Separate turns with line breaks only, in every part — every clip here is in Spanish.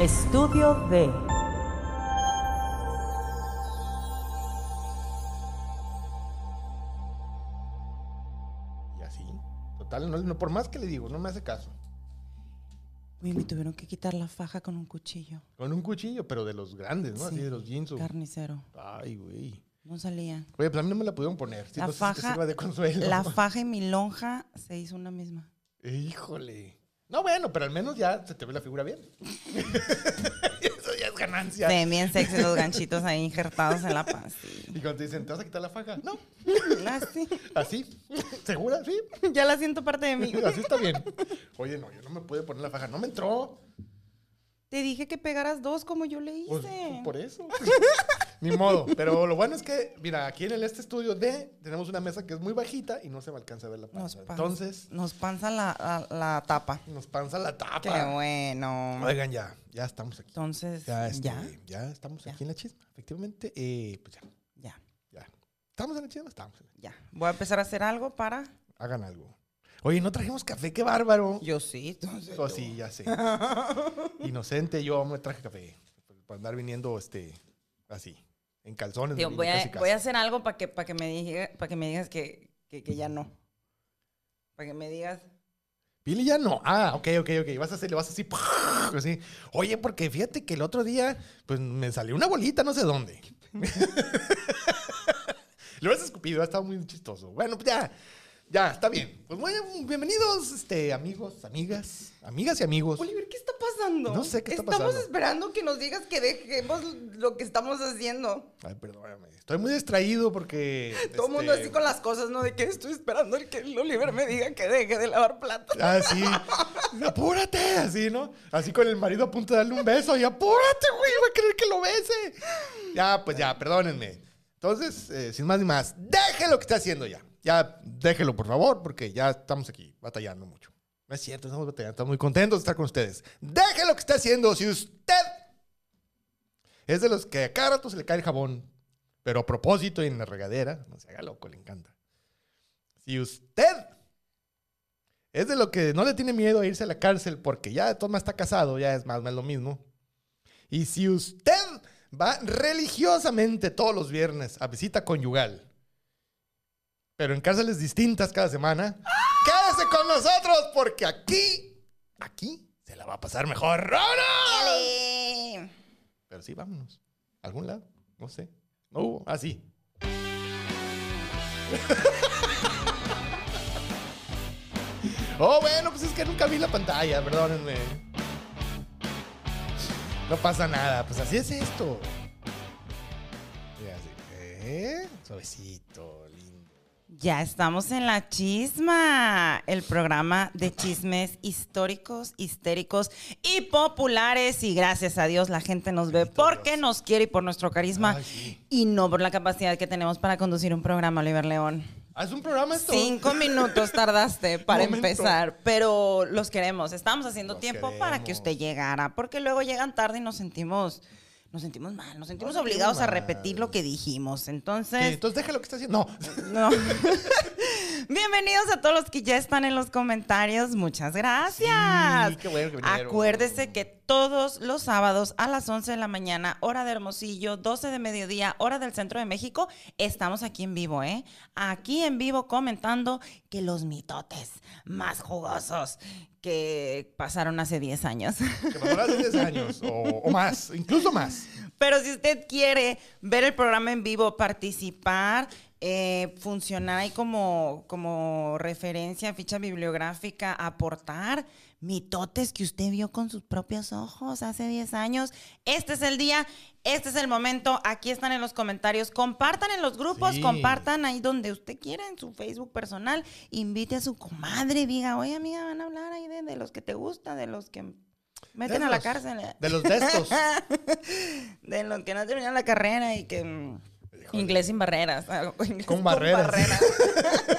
Estudio D.
Y así. Total, no, no, por más que le digo, no me hace caso.
Uy, me tuvieron que quitar la faja con un cuchillo.
Con un cuchillo, pero de los grandes, ¿no? Así
Sí,
de los jeans. o-
Carnicero.
Ay, güey.
No salía.
Oye, pues a mí no me la pudieron poner. Si
La
no sé si te
faja-
sirva de consuelo.
La faja y mi lonja se hizo una misma.
Híjole. No, bueno, pero al menos ya se te ve la figura bien. Eso ya es ganancia.
Se ven bien sexy los ganchitos ahí injertados en la paz. sí.
Y cuando te dicen, ¿te vas a quitar la faja? No.
Ah, sí.
¿Así? ¿Segura? Sí.
Ya la siento parte de mí.
Así está bien. Oye, no, yo no me pude poner la faja. No me entró.
Te dije que pegaras dos como yo le
Pues,
hice.
por eso. Ni modo. Pero lo bueno es que, mira, aquí en el este estudio D tenemos una mesa que es muy bajita y no se me alcanza a ver la
Nos
panza.
panza,
Entonces,
nos panza la, la- la tapa.
nos panza la tapa.
Qué bueno.
Oigan, ya, ya estamos aquí.
Entonces, ya,
Ah. Ya, este,
ya,
ya. estamos
Ya.
aquí en la chisma. Efectivamente, eh, pues ya,
ya,
ya. ¿Estamos en la chisma? Estamos. en la-
Voy a empezar a hacer algo para.
Hagan algo. Oye, no trajimos café, qué bárbaro.
Yo sí. entonces,
Oh, sí, ya sé. Inocente, yo me traje café. Para andar viniendo este, así, en calzones.
Tío,
me vine
voy, a,
casi, casi.
voy a hacer algo para que, para que me diga- para que me digas que, que, que ya no. Para que me digas.
Pili ya no. Ah, ok, ok, ok. Vas a hacer, le vas así, así. Oye, porque fíjate que el otro día, pues me salió una bolita, no sé dónde. Lo hubieras escupido, ha estado muy chistoso. Bueno, pues ya, ya, está bien. Pues bueno, bienvenidos, este, amigos, amigas, amigas y amigos.
Oliver, ¿qué está pasando?
Pues, No sé qué está
Estamos
pasando.
esperando que nos digas que dejemos lo que estamos haciendo.
Ay, perdóname. Estoy muy distraído porque.
Todo el mundo
este,
así con las cosas, ¿no? De que estoy esperando el que el Oliver me diga que deje de lavar platos.
Así, apúrate, así, ¿no? Así con el marido a punto de darle un beso y apúrate, güey, va a creer que lo bese. Ya, pues ya, perdónenme. Entonces, eh, sin más ni más, déjelo que está haciendo ya. Ya, déjelo, por favor, porque ya estamos aquí batallando mucho. No es cierto, estamos batallando, estamos muy contentos de estar con ustedes. Déjelo que está haciendo. Si usted es de los que a cada rato se le cae el jabón, pero a propósito y en la regadera, no se haga loco, le encanta. Si usted es de lo que no le tiene miedo a irse a la cárcel porque ya de todas maneras está casado, ya es más o menos lo mismo. Y si usted va religiosamente todos los viernes a visita conyugal, pero en cárceles distintas cada semana, quédese con nosotros porque aquí, aquí se la va a pasar mejor. ¡Vámonos!
¡Dale!
Pero sí, vámonos. ¿A algún lado? No sé. No hubo. Ah, sí. oh, bueno, pues es que nunca vi la pantalla, perdónenme. No pasa nada, pues así es esto. Mira, así, ¿eh? Suavecito, lindo.
Ya estamos en la chisma, el programa de chismes históricos, histéricos y populares. Y gracias a Dios la gente nos ve
Bendito
porque
Dios.
nos quiere y por nuestro carisma
Ay, sí.
y no por la capacidad que tenemos para conducir un programa, Oliver León.
Ah, ¿Es un programa esto?
Cinco minutos tardaste para
Momento.
empezar, pero los queremos. Estamos haciendo
Los
tiempo para que
queremos.
usted llegara, porque luego llegan tarde y nos sentimos, nos sentimos mal, nos sentimos
sentimos
obligados a
mal.
repetir lo que dijimos.
Sí,
Entonces,
entonces deja lo que está haciendo. No.
no. Bienvenidos a todos los que ya están en los comentarios. Muchas gracias.
Sí, qué bueno que vinieron.
Acuérdese que todos los sábados a las 11 de la mañana, hora de Hermosillo, 12 de mediodía, hora del centro de México, estamos aquí en vivo, ¿eh? Aquí en vivo comentando que los mitotes más jugosos que pasaron hace 10 años.
Que pasó hace 10 años o- o más, incluso más.
Pero si usted quiere ver el programa en vivo, participar, eh, funcionar ahí como, como referencia, ficha bibliográfica, aportar mitotes que usted vio con sus propios ojos hace 10 años, este es el día, este es el momento, aquí están en los comentarios, compartan en los grupos,
Sí.
compartan ahí donde usted quiera, en su Facebook personal, invite a su comadre, diga, oye amiga, van a hablar ahí de, de los que te gusta, de los que meten
De
a la
los-
cárcel.
De los de estos.
De los que no terminan la carrera y que... mm, Inglés sin barreras. ah, inglés
Con barreras.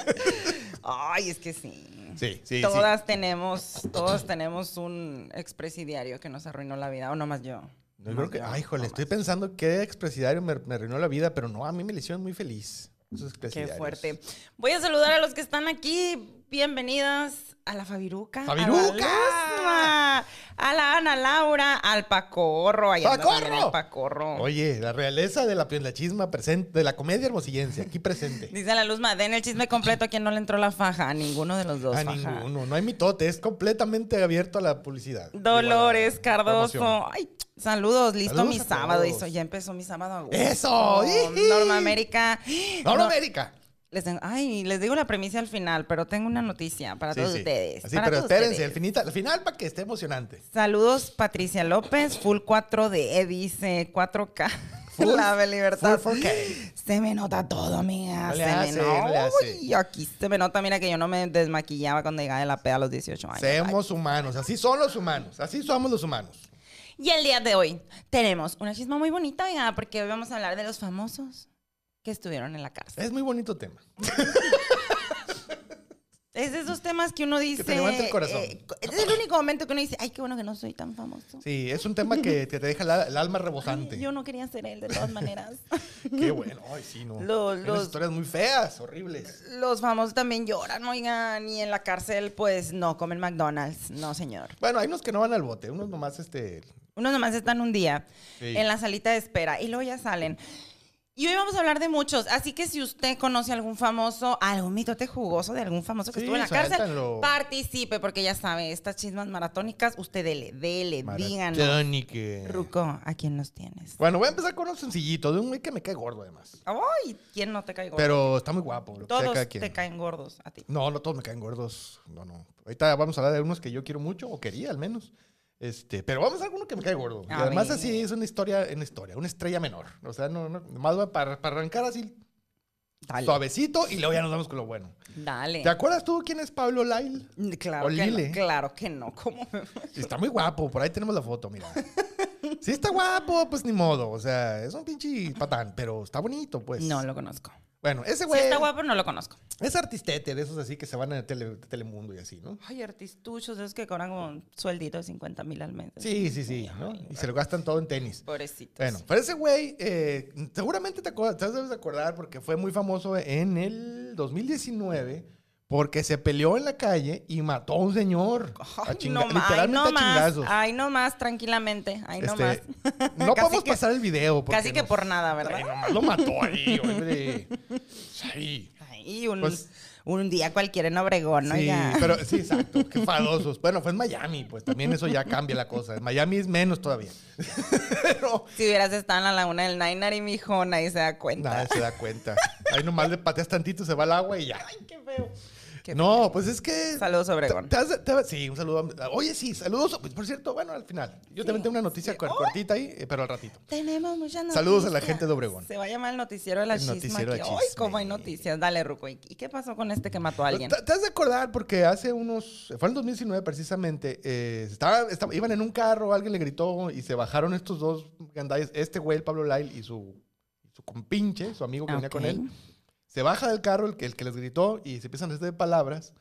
Ay, es que sí.
Sí, sí,
Todas tenemos, todos tenemos un expresidiario que nos arruinó la vida, o nomás yo.
sí. Yo creo que, ay, híjole, estoy pensando qué expresidario me, me arruinó la vida, pero no, a mí me le hicieron muy feliz. Sus
Qué
presidiarios.
fuerte. Voy a saludar a los que están aquí. Bienvenidas a la Fabiruca. A
¡Fabiruca!
la, Lasma, a la Ana Laura, al Pacorro. Ahí anda también
¡Pacorro!
el Pacorro.
Oye, la realeza de la, pues, la chisma presente, de la comedia hermosillense, aquí presente.
Dice la Luz Maden el chisme completo a quien no le entró la faja. A ninguno de los dos.
A
faja.
ninguno, no hay mitote, es completamente abierto a la publicidad.
Dolores
Digo, a la promoción.
Cardoso. Ay, saludos, listo
Saludos
mi
a
sábado.
todos.
Hizo- ya empezó mi sábado. a gusto.
¡Eso! ¡Iji!
Norma América.
¡Ahora
No-
América!
les tengo- ay, les digo la premisa al final, pero tengo una noticia para
Sí,
todos
sí.
ustedes.
Así,
para
pero
todos
espérense,
ustedes.
al finita- al final para que esté emocionante.
Saludos, Patricia López, Full 4D, dice 4K.
Full-
la de libertad.
full 4K.
Se me nota todo, amiga.
No le
se
hace,
me
no le
nota.
hace.
Uy, aquí se me nota. Mira que yo no me desmaquillaba cuando llegaba de la peda a los 18 años.
Seamos humanos, así son los humanos, así somos los humanos.
Y el día de hoy tenemos una chisma muy bonita, oiga, porque hoy vamos a hablar de los famosos que estuvieron en la cárcel.
Es muy bonito tema.
Es de esos temas que uno dice.
levanta el corazón.
cu- es el único momento que uno dice, ay, qué bueno que no soy tan famoso.
Sí, es un tema que, que te deja la- el alma
Ay,
rebosante.
yo no quería ser él, de todas maneras.
Qué bueno, ay, sí, no.
Los-
Hay
los-
unas historias muy feas, horribles.
los famosos también lloran, oigan, y en la cárcel, pues no comen McDonald's, no, señor.
Bueno, hay unos que no van al bote, unos nomás este.
Unos nomás están un día
Sí.
en la salita de espera y luego ya salen. Y hoy vamos a hablar de muchos, así que si usted conoce algún famoso, algún mitote jugoso de algún famoso que
Sí,
estuvo en la cárcel,
suéltalo.
participe, porque ya sabe, estas chismas maratónicas, usted dele, dele, díganos.
Maratónique.
Ruco, ¿a quién los tienes?
Bueno, voy a empezar con uno sencillito, de un güey que me cae gordo además.
¡Ay! ¿Quién no te cae gordo?
Pero está muy guapo. lo que sea
Todos
cada quien.
te caen gordos a ti.
No, no todos me caen gordos. No, no. Ahorita vamos a hablar de unos que yo quiero mucho, o quería al menos. Este, pero vamos a alguno que me cae gordo. Y
A
además
ver.
así es una historia, una historia, una estrella menor. O sea, no, no, más va para, para arrancar así
Dale.
suavecito y luego ya nos vamos con lo bueno.
Dale.
¿Te acuerdas tú quién es Pablo Lyle?
Claro
O
que
Lile.
no. Claro que no. ¿Cómo me-
Está muy guapo, por ahí tenemos la foto, mira. Sí está guapo, pues ni modo. O sea, es un pinche patán, pero está bonito, pues.
No lo conozco.
Bueno, ese
Si
güey
está guapo, no lo conozco.
es artistete de esos así que se van a tele- Telemundo y así, ¿no?
Ay, artistuchos, esos que cobran como un sueldito de 50 mil al mes.
Sí, sí, sí, ¿no? Y se lo gastan todo en tenis.
Pobrecitos.
Bueno, pero ese güey, eh, seguramente te, acuerdas, te debes de acordar porque fue muy famoso en el 2019 porque se peleó en la calle y mató a un señor. a
Ay,
chinga-
no más, ay,
literalmente
no
a
más,
chingazos.
ay, no más, tranquilamente, ay, no más.
Este, no
Casi
podemos
que-
pasar el video. porque
Casi que
nos-
por nada, ¿verdad?
Ay, nomás lo mató ahí, hombre. Sí.
Ay, un,
Pues-
un día cualquiera en Obregón, ¿no?
Sí,
Ya.
pero sí, exacto. Qué fadosos. Bueno, fue en Miami, pues también eso ya cambia la cosa. En Miami es menos todavía. pero
Si hubieras estado en la laguna del Nainar y mijo, nadie se da cuenta.
nadie se da cuenta. Ahí nomás le pateas tantito, se va al agua y ya.
Ay, qué feo. Qué
no, pues es que.
Saludos, Obregón.
te- te has- te- sí, un saludo. a- Oye, sí, saludos. Pues, por cierto, bueno, al final. Yo también tengo una noticia cor- cortita ahí, eh, pero al ratito.
Tenemos muchas noticias.
Saludos a la gente de Obregón.
Se va a llamar el noticiero de la
El
chisma.
noticiero de
que-
chisme. Pues
Ay, cómo hay noticias. Dale, Ruco. ¿Y y qué pasó con este que mató a alguien?
Te, te has de acordar porque hace unos, fue en 2019 precisamente, eh, estaba- estaba- iban en un carro, alguien le gritó y se bajaron estos dos gandalles, este güey, el Pablo Lyle y su, su compinche, su amigo que venía con
Ok.
él, se baja del carro el que, el que les gritó y se empiezan a hacer palabras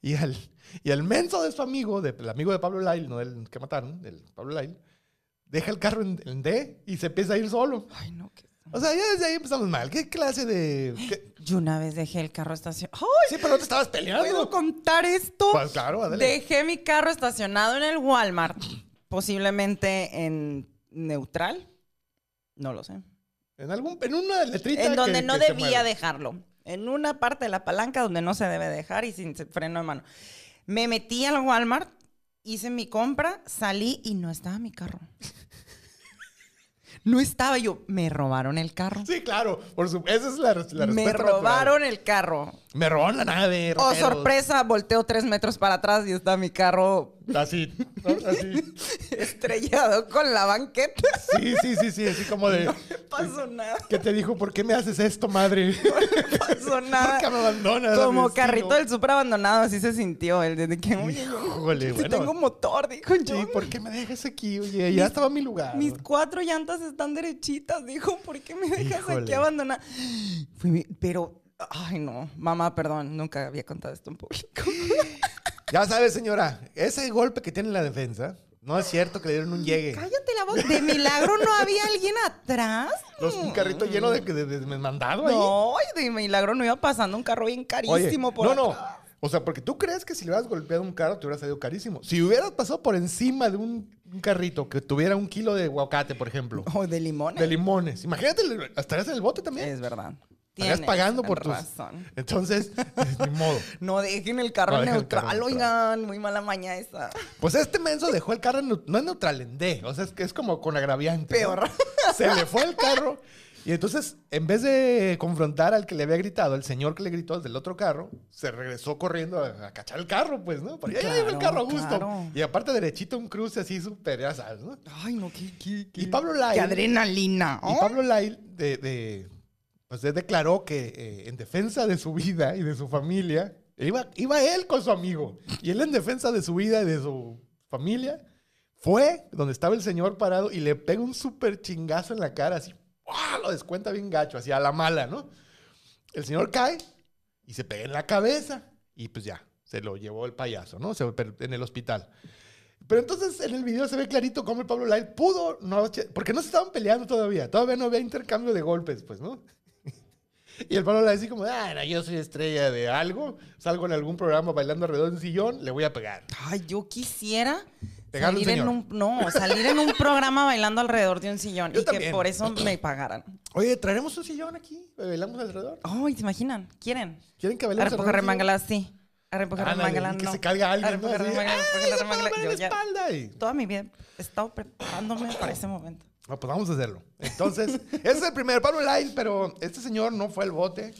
y al, y al menso de su amigo, de- el amigo de Pablo Lyle, no el que mataron, el Pablo Lyle, deja el carro en, en D y se empieza a ir solo.
Ay, no, qué...
O sea, ya desde ahí empezamos mal. ¿Qué clase de...? qué-
Yo una vez dejé el carro estacionado.
Sí, pero no te estabas peleando.
¿Puedo contar esto?
Pues claro, adelante.
Dejé mi carro estacionado en el Walmart, posiblemente en neutral, no lo sé.
En, algún, en una letrita.
En
que-
donde no
que se
debía
mueve.
dejarlo, en una parte de la palanca donde no se debe dejar y sin freno de mano. Me metí al Walmart, hice mi compra, salí y no estaba mi carro. No estaba yo, me robaron el carro.
Sí, claro. Por su- esa es la, res- la
me
respuesta.
robaron
natural.
el carro.
Me robaron la nave.
Oh,
rateros.
sorpresa, volteo tres metros para atrás y está mi carro
Así. ¿no? Así.
estrellado con la banqueta.
Sí, sí, sí, sí. Así como de.
No pasó nada,
¿Qué te dijo? ¿Por qué me haces esto, madre?
no pasó
¿Por qué me
nada.
abandonas?
Como
vecino?
carrito del súper abandonado, así se sintió. El de que, oye,
Híjole,
si
bueno.
tengo motor, dijo yo.
Sí, ¿por qué me dejas aquí? Oye, ya estaba mi lugar.
Mis cuatro llantas están derechitas, dijo, ¿por qué me dejas aquí
Híjole.
abandonada? Fui mi- Pero, ay no, mamá, perdón, nunca había contado esto en público.
Ya sabes, señora, ese golpe que tiene la defensa No es cierto que le dieron un llegue.
Cállate la boca. De milagro no había alguien atrás.
Los- un carrito lleno de, de, de- de mandado ahí.
No, y de milagro no iba pasando un carro bien
Oye,
carísimo por
no, no.
atrás.
O sea, porque tú crees que si le hubieras golpeado un carro te hubiera salido carísimo. Si hubieras pasado por encima de un, un carrito que tuviera un kilo de aguacate, por ejemplo,
O de limones.
de limones, imagínate, estarías en el bote también.
Es verdad.
Estarías pagando por tus.
razón.
Entonces, ni modo.
No dejen el carro
No dejen el
neutral,
carro neutral.
oigan, muy mala maña esa.
Pues este menso dejó el carro, en neu- no es neutral, en D. O sea, es que es como con agraviante. ¿no?
Peor.
Se le fue el carro. Y entonces, en vez de confrontar al que le había gritado, el señor que le gritó del otro carro, se regresó corriendo a, a cachar el carro, pues, ¿no? Porque ya lleva el
Claro,
carro a gusto.
claro.
Y aparte, derechito un cruce así súper, ya sabes, ¿no?
Ay, no, qué, qué, qué-
Y Pablo
qué
Lyle.
adrenalina.
Y
¿oh?
Pablo Lyle de, de- pues, él declaró que eh, en defensa de su vida y de su familia, iba, iba él con su amigo. Y él en defensa de su vida y de su familia, fue donde estaba el señor parado y le pega un súper chingazo en la cara, así, ¡guau! lo descuenta bien gacho, así a la mala, ¿no? El señor cae y se pega en la cabeza y pues ya, se lo llevó el payaso, ¿no? Se, per- en el hospital. Pero entonces en el video se ve clarito cómo el Pablo Lyle pudo, no, che- porque no se estaban peleando todavía, todavía no había intercambio de golpes, pues, ¿no? Y el Pablo Lyle así como, ah, no, yo soy estrella de algo, salgo en algún programa bailando alrededor de un sillón, le voy a pegar.
Ay, yo quisiera
Pegarle a un
salir en
señor.
un no, salir en un programa bailando alrededor de un sillón
Yo
y
también.
que por eso me pagaran.
Oye, ¿traeremos un sillón aquí? ¿Bailamos alrededor?
Ay, ¿se imaginan? ¿Quieren?
¿Quieren que bailemos
Arrepojar
alrededor?
remangala, sí. Arrepojar
Ándale,
remangala,
y que
no.
se caiga alguien, ¿no?
Arrepojar
Así,
remangala, arrepojar
¡ay, ya me
remangala.
duele
Yo
la
ya
espalda! Y-
toda mi vida he estado preparándome para ese momento.
No, pues vamos a hacerlo. Entonces, ese es el primer Pablo Lyle, pero este señor no fue al bote.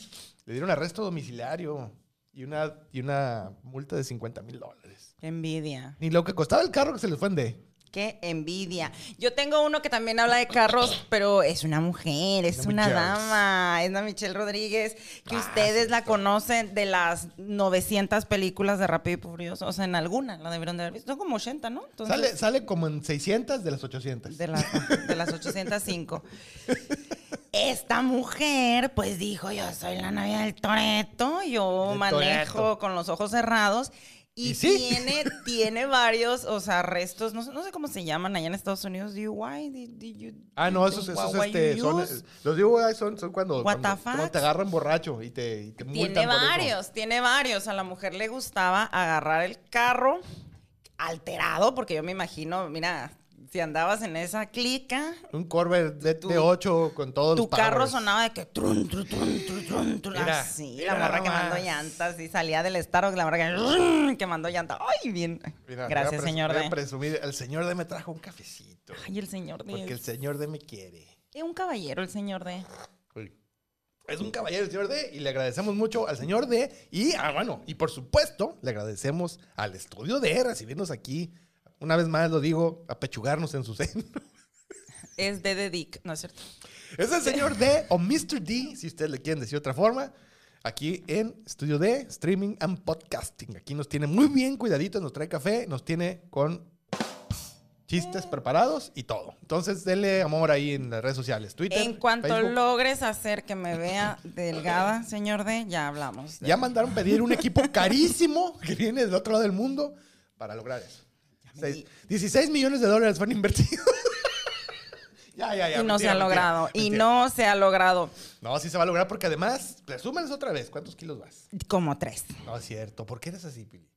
Le dieron arresto domiciliario y una, y una multa de 50 mil dólares.
Qué envidia.
Ni lo que costaba el carro que se les fue en D.
Qué envidia. Yo tengo uno que también habla de carros, pero es una mujer, es
Una
una
mujer.
dama, es la Michelle Rodríguez, que
Ah,
ustedes
sí,
la
está.
conocen de las 900 películas de Rápido y Furioso, o sea, en alguna la debieron de haber visto, son como 80, ¿no? Entonces,
Sale, sale como en 600 de las 800.
de, la- de las 805. Esta mujer, pues dijo, yo soy la novia del Toreto, yo
Del
manejo
Toretto.
con los ojos cerrados. Y,
¿Y sí?
tiene, tiene varios, o sea, arrestos, no, sé- no sé cómo se llaman allá en Estados Unidos, DUI, di- di- you-
Ah, no, esos, esos
What- what
este,
you
son,
use.
los DUI son, son cuando,
What the
cuando- cuando
fuck?
te agarran borracho y te, y te multan
Tiene
por eso.
varios, tiene varios. A la mujer le gustaba agarrar el carro alterado, porque yo me imagino, mira, si andabas en esa clica,
Un Corvette de,
Tu-
de 8 con todos
tu
los
carro
powers.
sonaba de que trun, trun, trun, trun, trun, trun,
Mira,
así,
mira
la morra
nomás.
quemando llantas y salía del Starbucks, la morra que "Rrrr", quemando llantas. Ay, bien.
Mira, voy a
Gracias,
pres-
señor
voy a
D.
presumir, el señor D me trajo un cafecito.
Ay, el señor D.
Porque el señor D me quiere.
Es un caballero, el señor D.
Uy. Es un caballero el señor D y le agradecemos mucho al señor D y, ah, bueno, y por supuesto le agradecemos al estudio D recibirnos aquí. Una vez más lo digo, apechugarnos en su seno.
Es D de Dick, ¿no es cierto?
Es el señor D o Mr. D, si ustedes le quieren decir otra forma, aquí en Estudio D, Streaming and Podcasting. Aquí nos tiene muy bien cuidaditos, nos trae café, nos tiene con chistes preparados y todo. Entonces denle amor ahí en las redes sociales, Twitter,
En cuanto
Facebook.
logres hacer que me vea delgada, señor D, ya hablamos. de-
Ya mandaron pedir un equipo carísimo que viene del otro lado del mundo para lograr eso.
me
Seis-
di-
16 millones de dólares fueron invertidos. ya, ya, ya.
y no se
mentira,
ha
mentira,
logrado. y
mentira.
no se ha logrado.
No, sí se va a lograr porque además, resúmenes otra vez, ¿cuántos kilos vas?
Como tres,
No es cierto, ¿por qué eres así, Pili?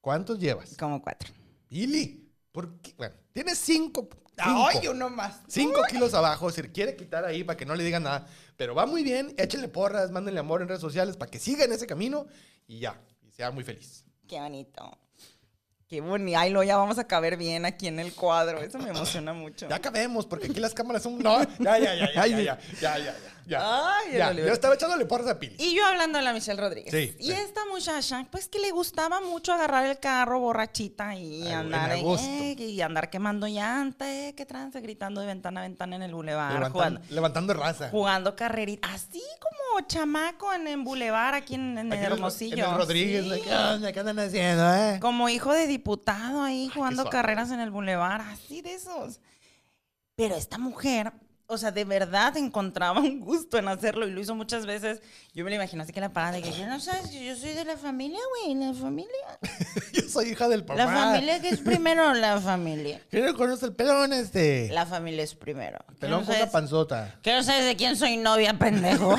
¿Cuántos llevas?
como cuatro.
Pili, ¿por qué? Bueno, tienes 5.
Ah, uno más.
5 kilos abajo, se quiere quitar ahí para que no le digan nada. Pero va muy bien, échenle porras, mándenle amor en redes sociales para que siga en ese camino y ya, y sea muy feliz.
Qué bonito. Qué bonito. Ay, lo ya vamos a caber bien aquí en el cuadro. Eso me emociona mucho.
Ya acabemos, porque aquí las cámaras son. No, ya, ya, ya, ya, ya, ya, ya, ya, ya.
Ay, el
Ya,
Oliver.
Yo estaba echándole porras a Pili.
Y yo hablando de la Michelle Rodríguez.
Sí,
y
sí.
esta muchacha, pues que le gustaba mucho agarrar el carro borrachita y
Ay,
andar
en
en-
agosto.
eh, y andar quemando llanta, eh, qué trance, gritando de ventana a ventana en el bulevar,
Levantan-
jugando,
levantando raza.
jugando carrerita, así como chamaco en, en bulevar aquí en, en
Aquí en el-
Hermosillo.
en el Rodríguez,
Sí.
like, ¿qué onda? ¿Qué andan haciendo, eh?
Como hijo de diputado ahí jugando
suave.
carreras en el bulevar, así de esos. Pero esta mujer, o sea, de verdad encontraba un gusto en hacerlo y lo hizo muchas veces. Yo me lo imagino así que la parada de que yo no sabes que yo soy de la familia, güey, la familia.
Yo soy hija del papá.
La familia que es primero, la familia.
¿Quién no conoce el pelón este?
La familia es primero. ¿Qué
pelón
no
con la
sabes-
panzota.
¿Qué no sabes de quién soy novia, pendejo?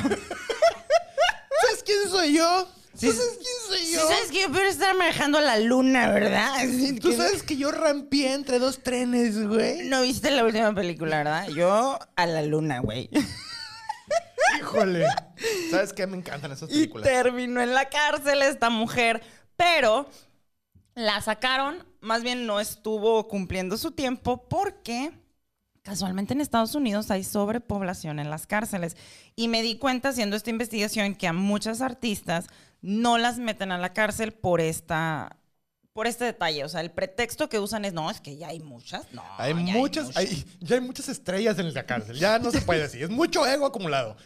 ¿Sabes quién soy yo?
Sí.
¿Tú sabes quién soy
Sí
yo?
sabes que yo prefiero estar manejando la luna, ¿verdad? Así
¿Tú
que-
sabes que yo rampié entre dos trenes, güey?
No viste la última película, ¿verdad? Yo a la luna, güey.
Híjole. ¿Sabes qué? Me encantan esas
Y
películas.
terminó en la cárcel esta mujer, pero la sacaron, más bien no estuvo cumpliendo su tiempo porque casualmente en Estados Unidos hay sobrepoblación en las cárceles. Y me di cuenta haciendo esta investigación que a muchas artistas no las meten a la cárcel por esta... Por este detalle, o sea, el pretexto que usan es, no, es que ya hay muchas. No,
Hay
ya
muchas, hay- ya hay muchas estrellas en la cárcel. Ya no se puede así. Es mucho ego acumulado.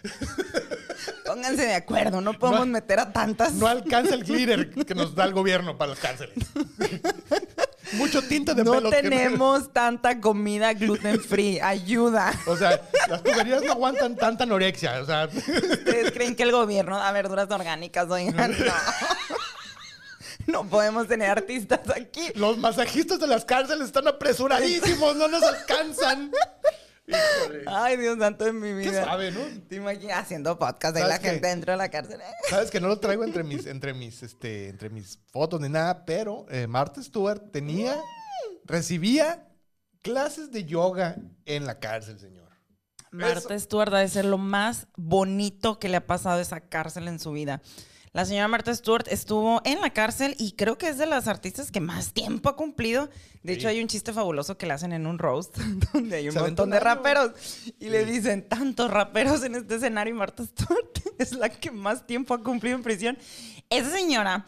Pónganse de acuerdo, no podemos meter a tantas.
No alcanza el glitter que nos da el gobierno para las cárceles. mucho tinte de
No
pelo. que
tenemos tanta comida gluten free. Ayuda.
O sea, las tuberías no aguantan tanta anorexia. O sea,
¿Ustedes creen que el gobierno da verduras orgánicas? Oigan, no. No podemos tener artistas aquí.
los masajistas de las cárceles están apresuradísimos, no nos alcanzan. Híjole.
Ay, Dios santo de mi vida.
suave, ¿no?
Te imaginas haciendo podcast y
¿Sabes
la
qué?
gente dentro de la cárcel. ¿eh?
Sabes que no lo traigo entre mis, entre mis, este, entre mis fotos ni nada, pero eh, Martha Stewart tenía, recibía clases de yoga en la cárcel, señor.
Marta Stewart debe ser lo más bonito que le ha pasado a esa cárcel en su vida. La señora Marta Stewart estuvo en la cárcel y creo que es de las artistas que más tiempo ha cumplido. De
Sí.
hecho, hay un chiste fabuloso que le hacen en un roast donde hay un
Se aventó
montón
un
de
año.
raperos y le
Sí.
dicen tantos raperos en este escenario y Marta Stewart es la que más tiempo ha cumplido en prisión. Esa señora...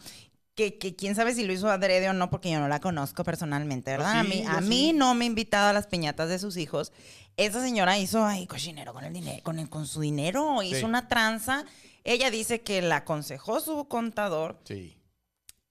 Que, que quién sabe si lo hizo adrede o no, porque yo no la conozco personalmente, ¿verdad? a
sí,
mí,
yo
a
sí.
mí no me ha invitado a las piñatas de sus hijos. Esa señora hizo ahí cochinero con el dinero, con, el- con su dinero, hizo
Sí.
una tranza. Ella dice que la aconsejó su contador
Sí.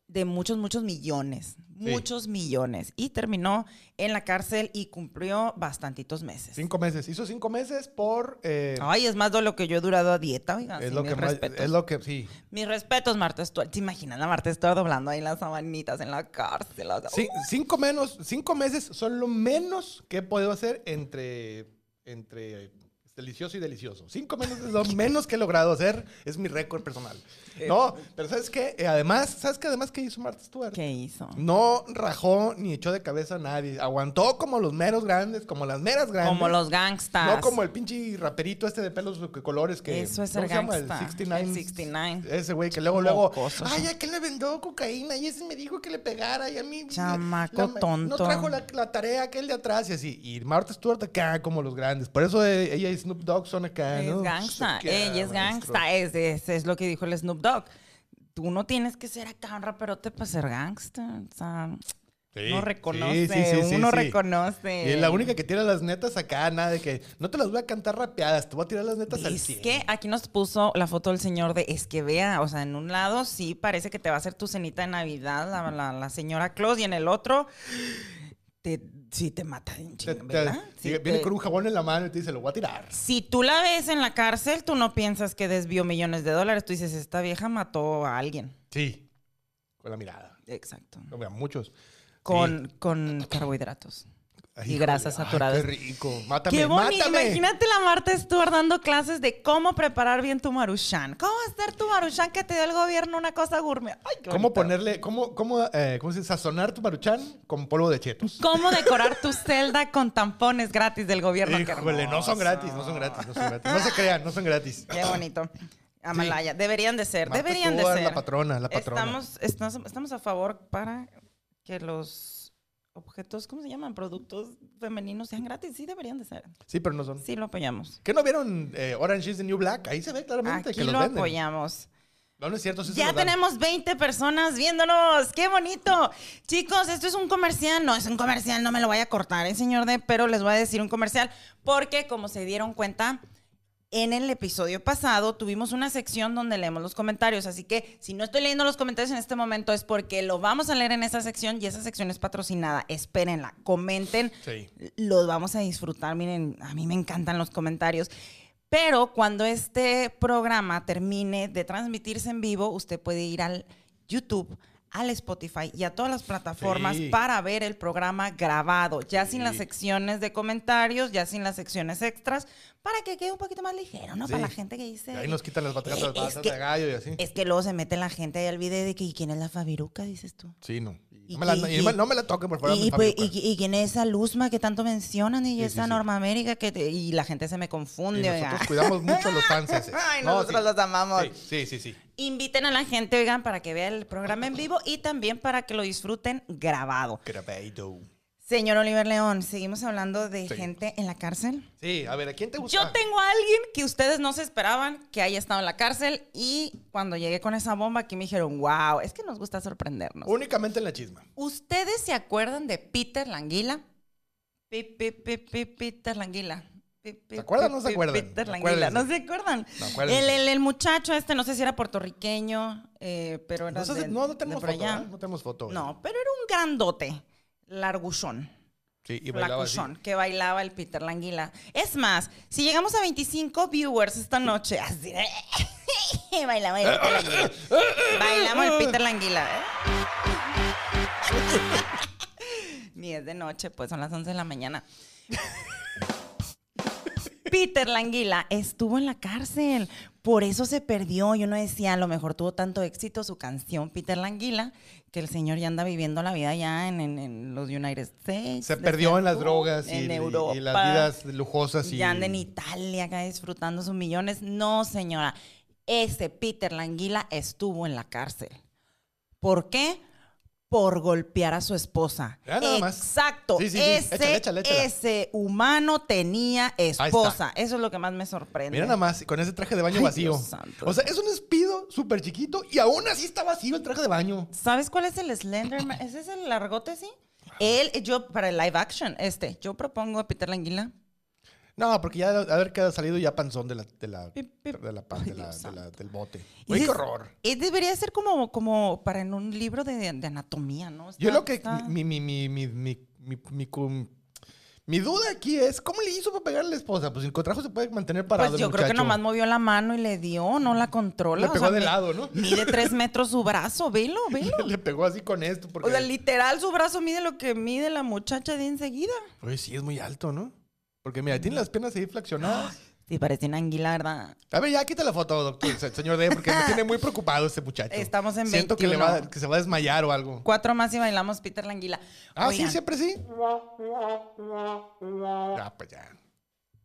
de muchos, muchos millones, muchos millones. Y terminó en la cárcel y cumplió bastantitos meses.
Cinco meses. Hizo cinco meses por. eh,
Ay, es más de lo que yo he durado a dieta, oigan.
es
sí,
lo
Ah, mis
que más-
respetos.
Es lo que. Sí.
Mis respetos, Marta Stuart. ¿Te imaginas a Marta Stuart doblando ahí las sabanitas en la cárcel? O sea,
Cin- cinco menos. Cinco meses son lo menos que he podido hacer entre. entre eh, delicioso y delicioso. Cinco menos es lo menos que he logrado hacer. Es mi récord personal.
Eh,
No, pero ¿sabes qué? Eh, además, ¿sabes qué? Además, ¿qué hizo Martha Stewart?
¿Qué hizo?
No rajó ni echó de cabeza a nadie. Aguantó como los meros grandes, como las meras grandes.
Como los gangstas.
No como el pinche raperito este de pelos de colores que...
Eso es
¿cómo
el
se llama?
gangsta. El 69.
Eh, Ese güey que luego, luego...
Mocoso.
Ay, ¿a qué le vendió cocaína? Y ese me dijo que le pegara y a mí...
Chamaco
la- la-
tonto.
No trajo la, la tarea aquel de atrás y así. Y Martha Stewart acá como los grandes. Por eso eh, ella y Snoop Dogg son acá,
Es
Ah, ¿no? pues,
gangsta,
Acá,
ella es
ah, maestro.
gangsta, es, es, es lo que dijo el Snoop Dogg. Tú no tienes que ser acá un raperote para ser gangsta. O sea,
Sí,
no
sí,
reconoce,
sí, sí, sí,
uno
sí.
reconoce.
Y la única que tira las netas acá, nada de que no te las voy a cantar rapeadas, te voy a tirar las netas al
Es
100.
que aquí nos puso la foto del señor de es que vea, o sea, en un lado sí parece que te va a hacer tu cenita de Navidad la, la- la señora Claus y en el otro te, sí te mata de un
Te-
chingo,
te-
¿verdad? Sí
viene
te-
con un jabón en la mano y te dice, lo voy a tirar.
Si tú la ves en la cárcel, tú no piensas que desvió millones de dólares, tú dices, esta vieja mató a alguien.
Sí. Con la mirada.
Exacto.
No vean muchos.
con, con carbohidratos. y grasas
ay,
saturadas.
qué rico. Mátame,
Qué bonito.
mátame.
Imagínate la Marta Stewart dando clases de cómo preparar bien tu maruchan. ¿Cómo hacer tu maruchan que te dio el gobierno una cosa gourmet? Ay, qué
¿Cómo
bonito.
ponerle, cómo, cómo, eh, cómo se dice? sazonar tu maruchán con polvo de chetos?
¿Cómo decorar tu celda con tampones gratis del gobierno? Qué
Híjole, no son
hermoso.
gratis, no son gratis, no son gratis. No se crean, no son gratis.
Qué bonito. Amalaya, deberían de ser,
Marta
deberían de
Stewart,
ser.
La patrona, la patrona.
Estamos, estamos, estamos a favor para que los objetos, ¿cómo se llaman? Productos femeninos sean gratis. Sí, deberían de ser.
Sí, pero no son.
Sí, lo apoyamos.
¿Qué no vieron eh, Orange is the New Black? Ahí se ve claramente
Aquí
que los
lo
venden.
apoyamos.
No, no es cierto. sí se
Ya
los dan.
tenemos 20 personas viéndonos. ¡Qué bonito! Chicos, esto es un comercial. No, es un comercial. No me lo vaya a cortar, ¿eh, señor D. Pero les voy a decir un comercial. Porque, como se dieron cuenta, En el episodio pasado tuvimos una sección donde leemos los comentarios, así que si no estoy leyendo los comentarios en este momento es porque lo vamos a leer en esa sección y esa sección es patrocinada. Espérenla, comenten,
Sí.
los vamos a disfrutar. Miren, a mí me encantan los comentarios. Pero cuando este programa termine de transmitirse en vivo, usted puede ir al YouTube, al Spotify y a todas las plataformas
Sí.
para ver el programa grabado, ya sin las
Sí.
secciones de comentarios, ya sin las secciones extras, para que quede un poquito más ligero, ¿no?
Sí.
Para la gente que dice...
Ahí nos quitan las baterías
Eh,
las
es
patas
que-
de gallo y así.
Es que luego se mete la gente ahí al video de que ¿y quién es la Fabiruca? Dices tú.
Sí, no. Y
Y-
no, me la,
y-
y no me- no me la toquen, por favor.
Y,
mi
pues,
Fabio,
y- y quién es esa Luzma que tanto mencionan y
Sí, sí,
esa
sí.
Norma América que te- y la gente se me confunde.
Y
oiga.
nosotros cuidamos mucho a los fans ese.
Ay,
No,
nosotros
sí.
los amamos.
Sí, sí, sí. sí.
Inviten a la gente, oigan, para que vea el programa en vivo y también para que lo disfuten grabado.
Grabado.
Señor Oliver León, seguimos hablando de
Sí.
gente en la cárcel.
Sí, a ver, ¿a quién te gusta?
Yo tengo a alguien que ustedes no se esperaban que haya estado en la cárcel y cuando llegué con esa bomba aquí me dijeron, wow, es que nos gusta sorprendernos.
Únicamente en la chisma.
¿Ustedes se acuerdan de Peter Languila? Pi, pi, pi, pi, Peter Languila. Pi, pi,
¿Se acuerdan o
pi,
no se
pi,
acuerdan?
Peter Languila. ¿No se acuerdan?
No,
el,
acuérdense.
el- el muchacho este, no sé si era puertorriqueño, eh, pero era
No, sé si-
de,
Pues, no, no
de
tenemos
por
foto,
allá.
¿eh? No tenemos foto.
No, pero era un grandote, larguchón.
Sí, y bailaba así.
Flacuchón, que bailaba el Peter Languila. Es más, si llegamos a 25 viewers esta noche, así de- bailaba el Peter Languila. Bailamos el Peter Languila. ¿eh? Ni es de noche, pues son las 11 de la mañana. Peter Languila estuvo en la cárcel. Por eso se perdió. Yo no decía, a lo mejor tuvo tanto éxito su canción Peter Languila, que el señor ya anda viviendo la vida ya en, en- en los United States.
Se perdió en las
Decías tú,
drogas y,
en
y-
Europa.
y las vidas lujosas. Y...
Ya anda en Italia acá disfrutando sus millones. No, señora. Ese Peter Languila estuvo en la cárcel. ¿Por qué? Por golpear a su esposa.
Ya nada más.
Exacto.
Sí, sí, sí.
Ese,
Échale, échale, échala.
ese humano tenía esposa. Eso es lo que más me sorprende.
Mira nada más, con ese traje de baño
Ay,
vacío.
Dios santo.
O sea, es un espido súper chiquito y aún así está vacío el traje de baño.
¿Sabes cuál es el Slenderman? ¿Ese es el largote, sí? Él, yo, para el live action, este, yo propongo a Peter Languila.
No, porque ya haber quedado salido ya panzón de la, de la,
Pip, pip.
de la, pan-
Ay,
de la-
Dios
de la- del bote.
Y
Güey, qué
dices-
horror.
Eh, debería ser como, como para en un libro de, de anatomía, ¿no?
Yo
Está-
lo que.
Ah, está-
Mi, mi, mi, mi, mi, mi, mi, cum- mi duda aquí es: ¿cómo le hizo para pegar a la esposa? Pues el contrajo se puede mantener parado.
Pues
el
yo creo que
muchacho.
nomás movió la mano y le dio, no la controla.
Le
o
pegó
sea,
de
mi-
lado, ¿no?
Mide tres metros su brazo, velo, velo.
Le pegó así con esto. Porque,
O sea, literal, su brazo mide lo que mide la muchacha de enseguida.
Oye, pues sí, es muy alto, ¿no? Porque mira, tiene las piernas ahí flexionadas.
Sí, parece una anguila, ¿verdad?
A ver, ya quita la foto, doctor, se- señor D, porque me tiene muy preocupado este muchacho.
Estamos en
Siento que, le va,
21.
que se va a desmayar o algo.
Cuatro más y bailamos Peter la anguila.
Ah,
Oigan,
sí, siempre sí. Ah, pues ya.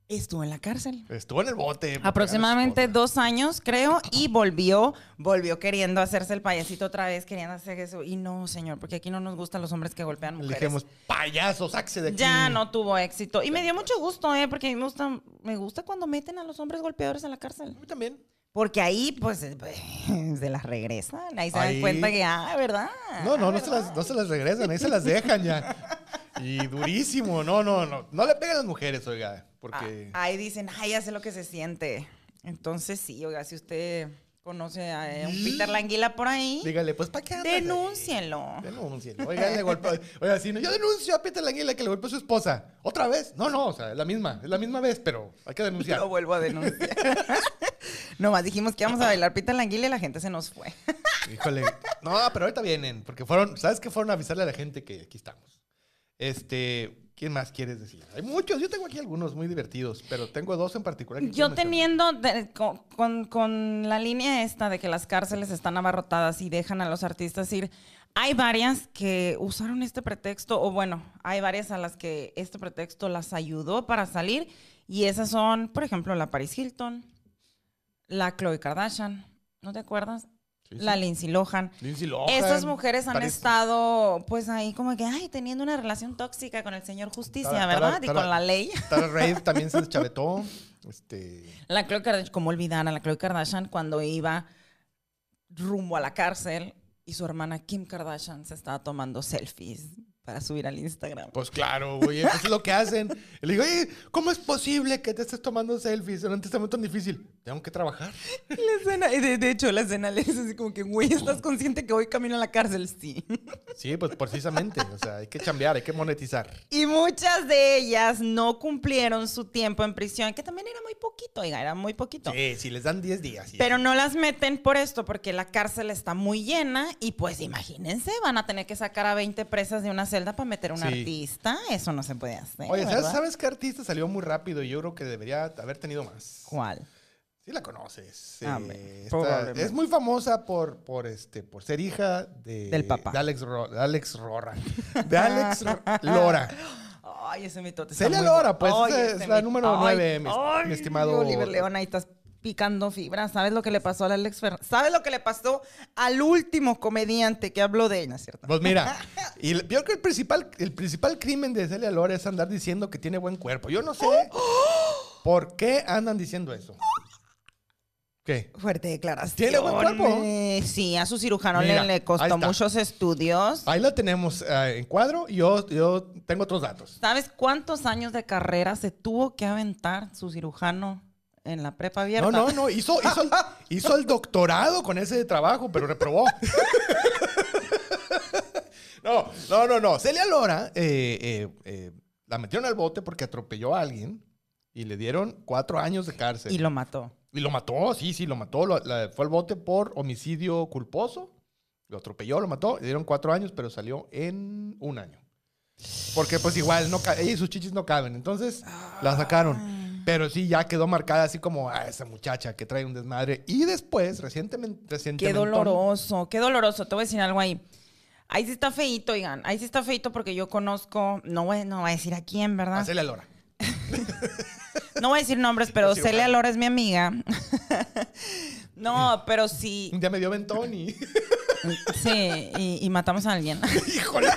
Estuvo en la cárcel.
Estuvo en el bote.
Aproximadamente dos años, creo, y volvió, volvió queriendo hacerse el payasito otra vez, queriendo hacer eso. Y no, señor, porque aquí no nos gustan los hombres que golpean
Le
mujeres.
dijimos, payaso, saxe de aquí.
Ya no tuvo éxito. Y me dio mucho gusto, ¿eh? Porque a mí me gusta, me gusta cuando meten a los hombres golpeadores a la cárcel.
A mí también.
Porque ahí, pues, eh, se las regresan. Ahí se
Ahí.
dan cuenta que, ah, ¿verdad?
No, no,
Ah,
no se,
¿verdad?
las, no se las regresan, ahí se las dejan ya. Y durísimo, no, no, no. No le peguen a las mujeres, oiga, porque...
Ah, ahí dicen, ay, ya sé lo que se siente. Entonces, sí, oiga, si usted conoce a eh, un Peter
Mm.
Languila por ahí,
Dígale, pues, ¿para qué andas ahí?
denúncienlo.
Denúncienlo. Oiga, le golpeó. Oiga, si no, yo denuncio a Peter Languila que le golpeó a su esposa. ¿Otra vez? No, no, o sea, es la misma. Es la misma vez, pero hay que denunciar.
Lo vuelvo a denunciar. Nomás dijimos que íbamos a bailar Peter Languila y la gente se nos fue.
Híjole. No, pero ahorita vienen, porque fueron, ¿sabes qué? Fueron a avisarle a la gente que aquí estamos. Este, ¿quién más quieres decir? Hay muchos, yo tengo aquí algunos muy divertidos, pero tengo dos en particular. que quiero
Yo
mencionar.
teniendo de- con, con- con la línea esta de que las cárceles están abarrotadas y dejan a los artistas ir, hay varias que usaron este pretexto, o bueno, hay varias a las que este pretexto las ayudó para salir, y esas son, por ejemplo, la Paris Hilton, la Chloe Kardashian, ¿no te acuerdas?
Sí, sí.
La Lindsay Lohan.
Lindsay Lohan,
Estas mujeres han
Paris-
estado, pues ahí como que, ay, teniendo una relación tóxica con el señor Justicia,
Tara- tara-
¿verdad?
tara-
y con la ley.
Tara Reid también se deschavetó. Este,
La Khloe Kardashian, ¿cómo olvidar a la Khloe Kardashian cuando iba rumbo a la cárcel y su hermana Kim Kardashian se estaba tomando selfies para subir al Instagram?
pues claro, güey, eso es lo que hacen. Y le digo, oye, ¿cómo es posible que te estés tomando selfies durante este momento tan difícil? Tengo que trabajar.
Y la escena- y de, de hecho, la escena le dice así como que, güey, ¿estás consciente que hoy camino a la cárcel? Sí.
Sí, pues precisamente. O sea, hay que chambear, hay que monetizar.
Y muchas de ellas no cumplieron su tiempo en prisión, que también era muy poquito, oiga, era muy poquito.
Sí, si les dan 10 días. sí.
Pero no las meten por esto, porque la cárcel está muy llena y pues imagínense, van a tener que sacar a 20 presas de una celda para meter a un
Sí.
artista. Eso no se puede hacer.
Oye, ¿sabes,
¿verdad?
¿sabes qué artista salió muy rápido? y Yo creo que debería haber tenido más.
¿Cuál?
Sí la conoces.
Ah,
eh,
hombre,
esta-
probablemente.
es muy famosa por, por, este, por ser hija de,
Del papá.
de Alex, Ro- de Alex Rora. De Alex Ro- Lora.
Ay, ese mitote. está
Celia
muy
Lora,
bueno. Ay,
pues, esa
ese
es la
mit-
número
Ay,
nueve, mi-
ay,
mi estimado-
Oliver León, ahí estás picando fibra. ¿Sabes lo que le pasó a Alex Fernández? ¿Sabes lo que le pasó al último comediante que habló de ella, no es cierto?
Pues mira, y el- yo creo que el principal, el principal crimen de Celia Lora es andar diciendo que tiene buen cuerpo. Yo no sé por qué andan diciendo eso. ¿Qué?
Fuerte declaración.
Tiene buen cuerpo.
Eh, Sí, a su cirujano
Mira,
le, le
ahí
costó
está.
muchos estudios.
Ahí la tenemos eh, en cuadro y yo, yo tengo otros datos.
¿Sabes cuántos años de carrera se tuvo que aventar su cirujano en la prepa abierta?
No, no, no. Hizo, hizo, el, hizo el doctorado con ese trabajo, pero reprobó. no, no, no, no. Celia Lora eh, eh, eh, la metieron al bote porque atropelló a alguien y le dieron cuatro años de cárcel.
Y lo mató.
Y lo mató, sí, sí, lo mató. lo- la- fue al bote por homicidio culposo. Lo atropelló, lo mató. Le dieron cuatro años, pero salió en un año. Porque pues igual, no ca- ella y sus chichis no caben. Entonces la
Ah.
sacaron. Pero sí, ya quedó marcada así como a esa muchacha que trae un desmadre. Y después, recientemente...
Qué
recientemente
doloroso, qué doloroso. Te voy a decir algo ahí. Ahí sí está feito, oigan. Ahí sí está feito porque yo conozco, no voy, no voy a decir a quién, ¿verdad?
Hacele a Lora.
No voy a decir nombres, pero
Los cirujanos.
Celia Lora es mi amiga. no, pero sí,
Un día me dio ventón y...
sí, y, y matamos a alguien.
¡Híjole!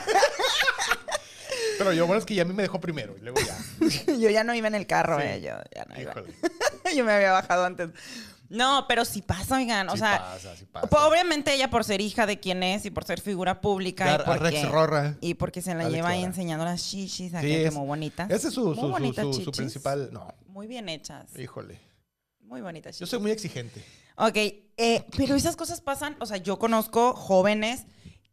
pero yo, bueno, es que ya a mí me dejó primero. Y luego ya,
yo ya no iba en el carro,
Sí.
eh, yo ya no iba.
híjole.
Yo me había bajado antes. No, pero sí pasa, oigan. o
Sí
sea,
pasa, sí pasa.
po- obviamente ella por ser hija de quien es y por ser figura
De
pública.
Ar-
Y porque,
Rex Rorra.
y porque se la
Alex
lleva ahí
Rorra.
enseñando las shishis a
Sí,
gente
es-
muy bonitas.
Ese es su,
Muy
su- su-
bonitas
su- su
chichis.
principal... No,
Muy bien hechas.
híjole.
Muy bonitas.
Yo
chichis.
soy muy exigente.
Ok, eh, pero esas cosas pasan. O sea, yo conozco jóvenes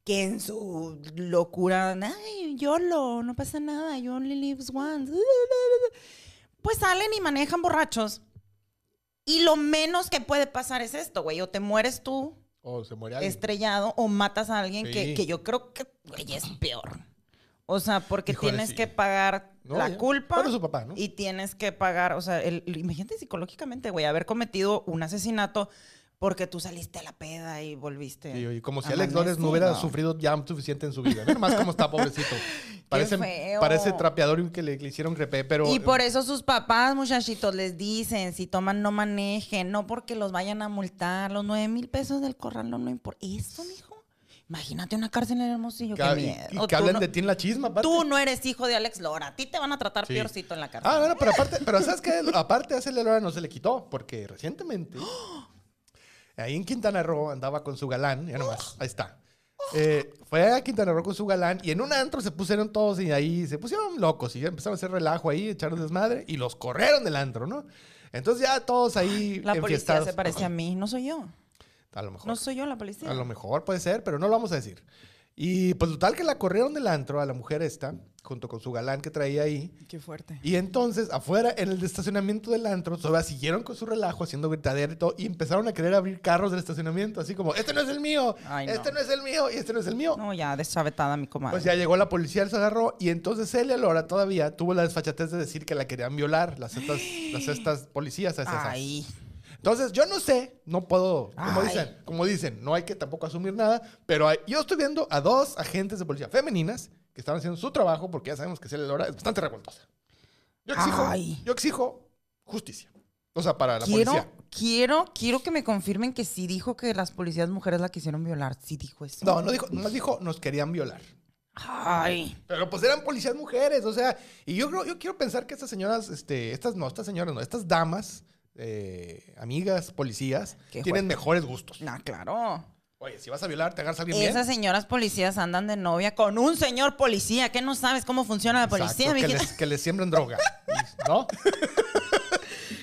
que en su locura, ay, YOLO, no pasa nada, you only lives once. Pues salen y manejan borrachos. Y lo menos que puede pasar es esto, güey. O te mueres tú
O Oh, se muere alguien.
estrellado o matas a alguien
Sí.
que, que yo creo que, güey, es peor. O sea, porque
Híjole,
tienes
sí.
que pagar
No,
la
ya.
culpa.
Bueno, su papá, ¿no?
Y tienes que pagar, o sea, el, el- imagínate psicológicamente, güey, haber cometido un asesinato porque tú saliste a la peda y volviste.
Y, y como si Alex Lores no
amanecido.
hubiera sufrido ya suficiente en su vida. Mira más cómo está, pobrecito. Parece,
feo.
parece trapeador y que le, le hicieron crepe, pero...
Y por eso sus papás, muchachitos, les dicen, si toman, no manejen, no porque los vayan a multar, los nueve mil pesos del corralón no importa. ¿Eso, mijo? Imagínate una cárcel en Hermosillo,
que,
qué
y-
miedo.
y
O
que
tú
hablen
no-
de ti en la chisma. aparte.
Tú no eres hijo de Alex Lora. A ti te van a tratar
Sí.
peorcito en la cárcel.
Ah, bueno, pero aparte, pero ¿sabes qué? Aparte a Celia Lora no se le quitó, porque recientemente, ahí en Quintana Roo andaba con su galán, ya nomás, ahí está. Eh, fue a Quintana Roo con su galán y en un antro se pusieron todos y ahí se pusieron locos y ya empezaron a hacer relajo ahí, echaron desmadre y los corrieron del antro, ¿no? Entonces ya todos ahí
la policía
enfiestados.
se parece a mí. No soy yo.
A lo mejor.
No soy yo la policía.
A lo mejor puede ser, pero no lo vamos a decir. Y pues total que la corrieron del antro a la mujer esta, junto con su galán que traía ahí.
Qué fuerte.
Y entonces, afuera, en el estacionamiento del antro, todavía siguieron con su relajo, haciendo gritadero y todo, y empezaron a querer abrir carros del estacionamiento, así como, este no es el mío,
Ay, no.
este no. es el mío, y este no es el mío.
No, ya, deschavetada mi comadre.
Pues ya llegó la policía, se agarró, y entonces Celia Lora todavía tuvo la desfachatez de decir que la querían violar, las estas, las estas policías. Esas, esas.
Ay,
Entonces, yo no sé, no puedo, como
Ay.
dicen, como dicen, no hay que tampoco asumir nada, pero hay- yo estoy viendo a dos agentes de policía femeninas que están haciendo su trabajo porque ya sabemos que Celia Lora es bastante revoltosa. Yo exijo,
Ay.
yo exijo justicia. O sea, para la
quiero,
policía.
quiero, quiero que me confirmen que sí dijo que las policías mujeres la quisieron violar. Sí dijo eso.
No, no dijo, no dijo, nos querían violar.
Ay.
Pero pues eran policías mujeres, o sea, y yo creo, yo quiero pensar que estas señoras, este, estas no, estas señoras no, estas damas, eh, amigas, policías,
Qué
tienen mejores gustos.
No, claro.
Oye, si vas a violar, te agarras a alguien bien.
Esas señoras policías andan de novia con un señor policía. ¿Qué no sabes cómo funciona la policía,
Exacto, que,
mijita?
les, que les siembren droga. ¿No?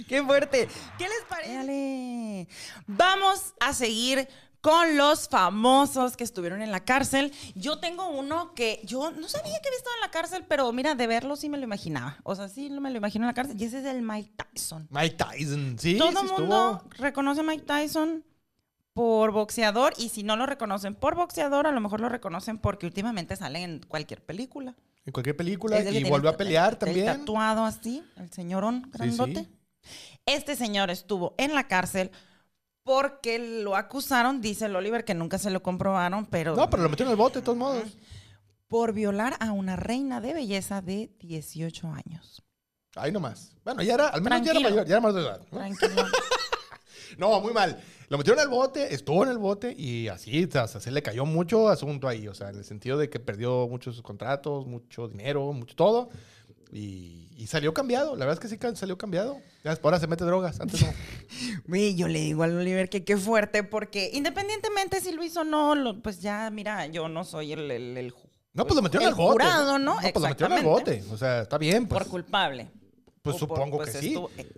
¡Qué fuerte! ¿Qué les parece? Dale. Vamos a seguir con los famosos que estuvieron en la cárcel. Yo tengo uno que yo no sabía que había estado en la cárcel, pero mira, de verlo sí me lo imaginaba. O sea, sí me lo imagino en la cárcel. Y ese es el Mike Tyson.
Mike Tyson. Sí,
Todo
sí
el
estuvo.
mundo reconoce a Mike Tyson por boxeador y si no lo reconocen por boxeador, a lo mejor lo reconocen porque últimamente sale en cualquier película.
En cualquier película.
Es el que
Y
tiene
volvió
el-
a pelear
el- el
también.
Tatuado así, el señorón grandote. Este señor estuvo en la cárcel porque lo acusaron, dice el Oliver, que nunca se lo comprobaron, pero,
No, pero lo metieron en el bote, de todos modos.
por violar a una reina de belleza de 18 años.
Ahí nomás. Bueno, ya era, al menos ya era
Tranquilo.
mayor, ya era mayor de edad. ¿no?
Tranquilo.
No, muy mal. Lo metieron al bote, estuvo en el bote y así, o sea, se le cayó mucho asunto ahí, o sea, en el sentido de que perdió muchos contratos, mucho dinero, mucho todo. Y, y salió cambiado, la verdad es que sí ca- salió cambiado. Ya, ahora se mete drogas, antes no.
Güey, yo le digo al Oliver que qué fuerte, porque independientemente si lo hizo o no, lo- pues ya, mira, yo no soy el, el, el ju-
No, pues lo metieron
El
al bote.
jurado, ¿no?
pues lo metieron al
Exactamente.
bote, o sea, está bien, pues.
por culpable.
pues
O por-
supongo
pues
que sí.
estuvo- eh,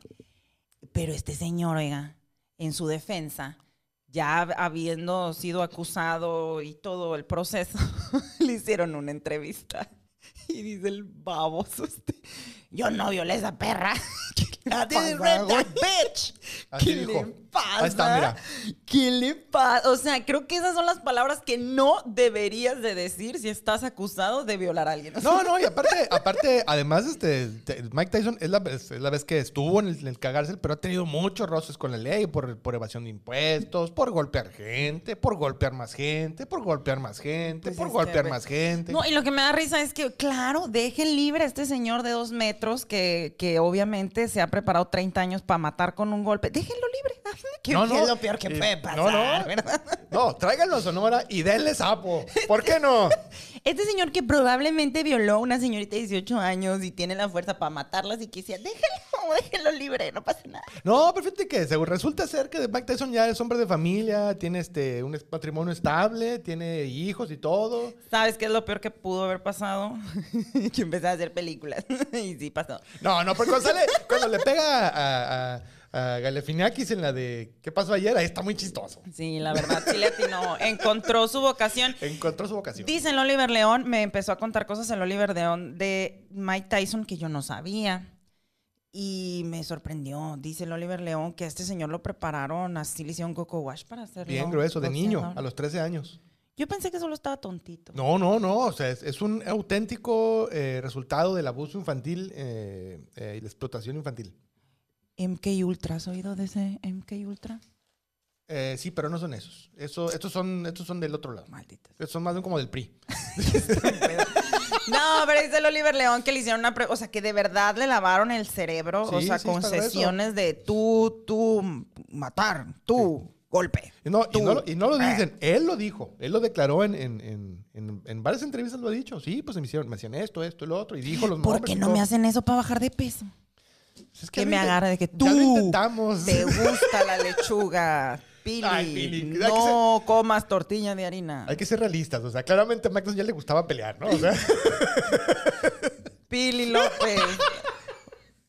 Pero este señor, oiga, en su defensa, ya hab- habiendo sido acusado y todo el proceso, le hicieron una entrevista. Y dice el baboso este, yo no violé a esa perra. ¿Qué le
I
pasa,
didn't rape
güey?
that Así
¿Qué
dijo.
le pasa?
Ahí está, mira.
¿Qué le pasa? O sea, creo que esas son las palabras que no deberías de decir si estás acusado de violar a alguien.
No, no, y aparte, aparte, además, este, te- Mike Tyson es la, vez- es la vez que estuvo en el, en el cagársel, pero ha tenido muchos roces con la ley por, por evasión de impuestos, por golpear gente, por golpear más gente, por golpear más gente,
Pues
por
es que,
golpear
güey.
más gente.
No, eh. y lo que me da risa es que, claro, dejen libre a este señor de dos metros que, que obviamente se ha preparado 30 años para matar con un golpe. Déjenlo libre. Que
No,
que
no.
es lo peor que
Eh,
puede pasar,
no, no.
¿verdad?
No, tráiganlo a Sonora y denle sapo. ¿Por qué no?
Este señor que probablemente violó a una señorita de 18 años y tiene la fuerza para matarla si quisiera, déjenlo, déjenlo libre, no pasa nada.
No, pero fíjate que según resulta ser que Mike Tyson ya es hombre de familia, tiene este un es- patrimonio estable, tiene hijos y todo.
¿Sabes qué es lo peor que pudo haber pasado? que empezara a hacer películas. y sí pasó.
No, no, porque cuando sale, cuando le pega a, a, a Galefiniakis en la de ¿Qué pasó ayer? Ahí está muy chistoso.
Sí, la verdad, sí le atinó. Encontró su vocación.
Encontró su vocación.
Dice el Oliver León, me empezó a contar cosas el Oliver León de Mike Tyson que yo no sabía. Y me sorprendió. Dice el Oliver León que a este señor lo prepararon, así le hicieron coco wash para hacerlo.
Bien grueso, de niño,
boxeador.
a los 13 años.
Yo pensé que solo estaba tontito.
No, no, no. O sea, es, es un auténtico eh, resultado del abuso infantil eh, eh, y la explotación infantil.
MK Ultra, ¿has oído de ese MK Ultra?
Eh, sí, pero no son esos. Eso, estos, son, estos son del otro lado.
Malditas.
Estos son más bien como del PRI.
No, pero dice el Oliver León que le hicieron una... pre- o sea, que de verdad le lavaron el cerebro. o
Sí,
sea,
sí,
con
está grueso.
sesiones de tú, tú, matar, tú, golpe.
Y no, y
tú.
no lo- y no lo dicen. Él lo dijo. Él lo declaró en, en, en, en- en varias entrevistas. Lo ha dicho. Sí, pues me hicieron, me hacían esto, esto y lo otro. Y dijo los
¿Por
nombres
qué
y
no
todo.
me hacen eso para bajar de peso?
Pues Es
que
lo
me
intent-
agarra de que
ya
tú
lo intentamos.
Te gusta la lechuga, Pili.
Ay, Pili, hay que
no comas tortilla de harina.
Hay que ser realistas. O sea, claramente a Mike Tyson ya le gustaba pelear, ¿no? O sea,
Pili López.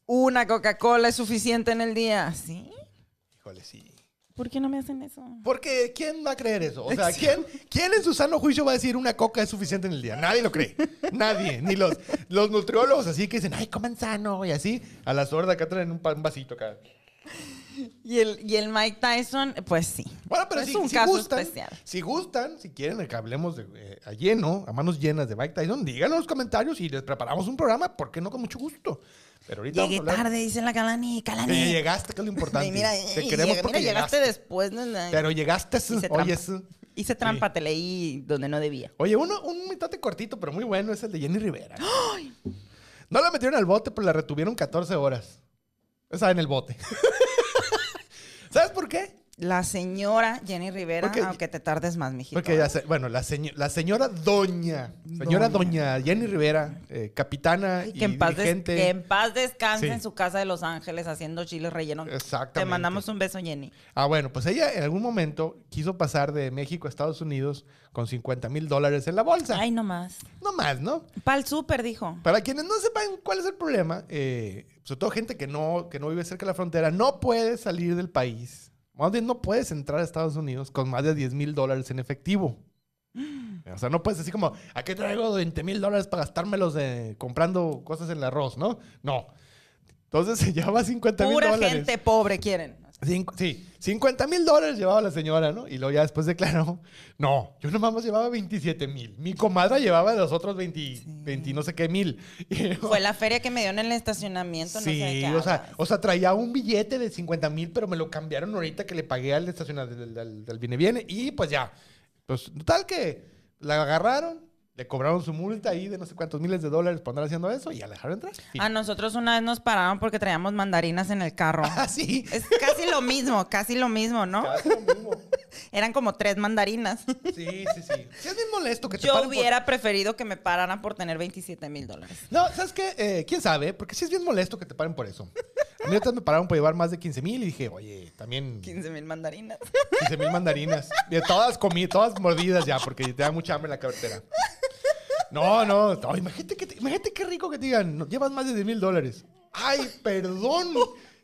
Una Coca-Cola es suficiente en el día. ¿Ah, ¿Sí?
híjole, sí.
¿Por qué no me hacen eso?
Porque ¿quién va a creer eso? O sea, ¿quién, ¿quién en su sano juicio va a decir una coca es suficiente en el día? Nadie lo cree. Nadie. Ni los, los nutriólogos así que dicen, ay, coman sano y así. A la sorda acá traen un, pa- un vasito acá.
Y el, y el Mike Tyson, pues sí.
Bueno, pero
es
si,
un
si
caso
gustan,
especial.
si gustan, si quieren que hablemos de, eh, a lleno, a manos llenas de Mike Tyson, díganlo en los comentarios y les preparamos un programa, ¿por qué no? Con mucho gusto. Pero ahorita
Llegué
vamos a hablar-
tarde, dice la Calani. Calani.
Que ya llegaste, que es lo importante.
Y mira,
Te
y
queremos
llega-
porque
mira, llegaste después. ¿no?
Pero llegaste,
Hice
oye,
trampa. Hice trampa, te leí donde no debía.
Oye, uno, un mitate cortito, pero muy bueno, es el de Jenny Rivera. No la metieron al bote, pero la retuvieron 14 horas. O sea, en el bote. ¿Sabes por qué?
La señora Jenny Rivera,
Porque-
aunque te tardes más, mijito.
Porque, la se- bueno, la, seño- la señora doña, señora doña, Jenny Rivera, eh, capitana y,
que en paz, des-
dirigente.
que en paz descanse
Sí.
en su casa de Los Ángeles haciendo chiles rellenos. Te
Exactamente.
mandamos un beso, Jenny.
Ah, bueno, pues ella en algún momento quiso pasar de México a Estados Unidos con 50 mil dólares en la bolsa.
Ay, no más.
No más, ¿no?
Pa'l súper, dijo.
Para quienes no sepan cuál es el problema, eh, sobre todo gente que no, que no vive cerca de la frontera, no puede salir del país. Más bien, no puedes entrar a Estados Unidos con más de 10 mil dólares en efectivo. O sea, no puedes así como, ¿a qué traigo 20 mil dólares para gastármelos eh, comprando cosas en el arroz, no? No. Entonces se llevaba 50 mil
Pura
dólares.
gente pobre quieren.
Cinco- sí, 50 mil dólares llevaba la señora, ¿no? Y luego ya después declaró, no, yo nomás más llevaba 27 mil. Mi comadre llevaba los otros 20, 20 no sé qué mil. Y-
Fue la feria que me dio en el estacionamiento. no sé de
sí,
qué
o sea,
hablas.
o sea, traía un billete de 50 mil, pero me lo cambiaron ahorita que le pagué al estacionamiento del, del- del Viene Viene. Y pues ya, pues tal que la agarraron, le cobraron su multa ahí de no sé cuántos miles de dólares por andar haciendo eso y ya la dejaron entrar. Fin.
A nosotros una vez nos pararon porque traíamos mandarinas en el carro.
Ah, sí.
es casi lo mismo, casi lo mismo, ¿no?
Casi lo mismo.
Eran como tres mandarinas.
Sí, sí, sí. Sí es bien molesto que te
Yo
paren por-
hubiera preferido que me pararan por tener 27 mil dólares.
No, ¿sabes qué? Eh, ¿Quién sabe? Porque sí es bien molesto que te paren por eso. A mí otras me pararon por llevar más de 15 mil y dije, oye, también 15
15 mil mandarinas.
mil mandarinas. De todas comí, todas mordidas ya, porque te da mucha hambre en la carretera. No, no, no, imagínate, que te- imagínate qué rico que te digan, "No, llevas más de 10 mil dólares. Ay, perdón,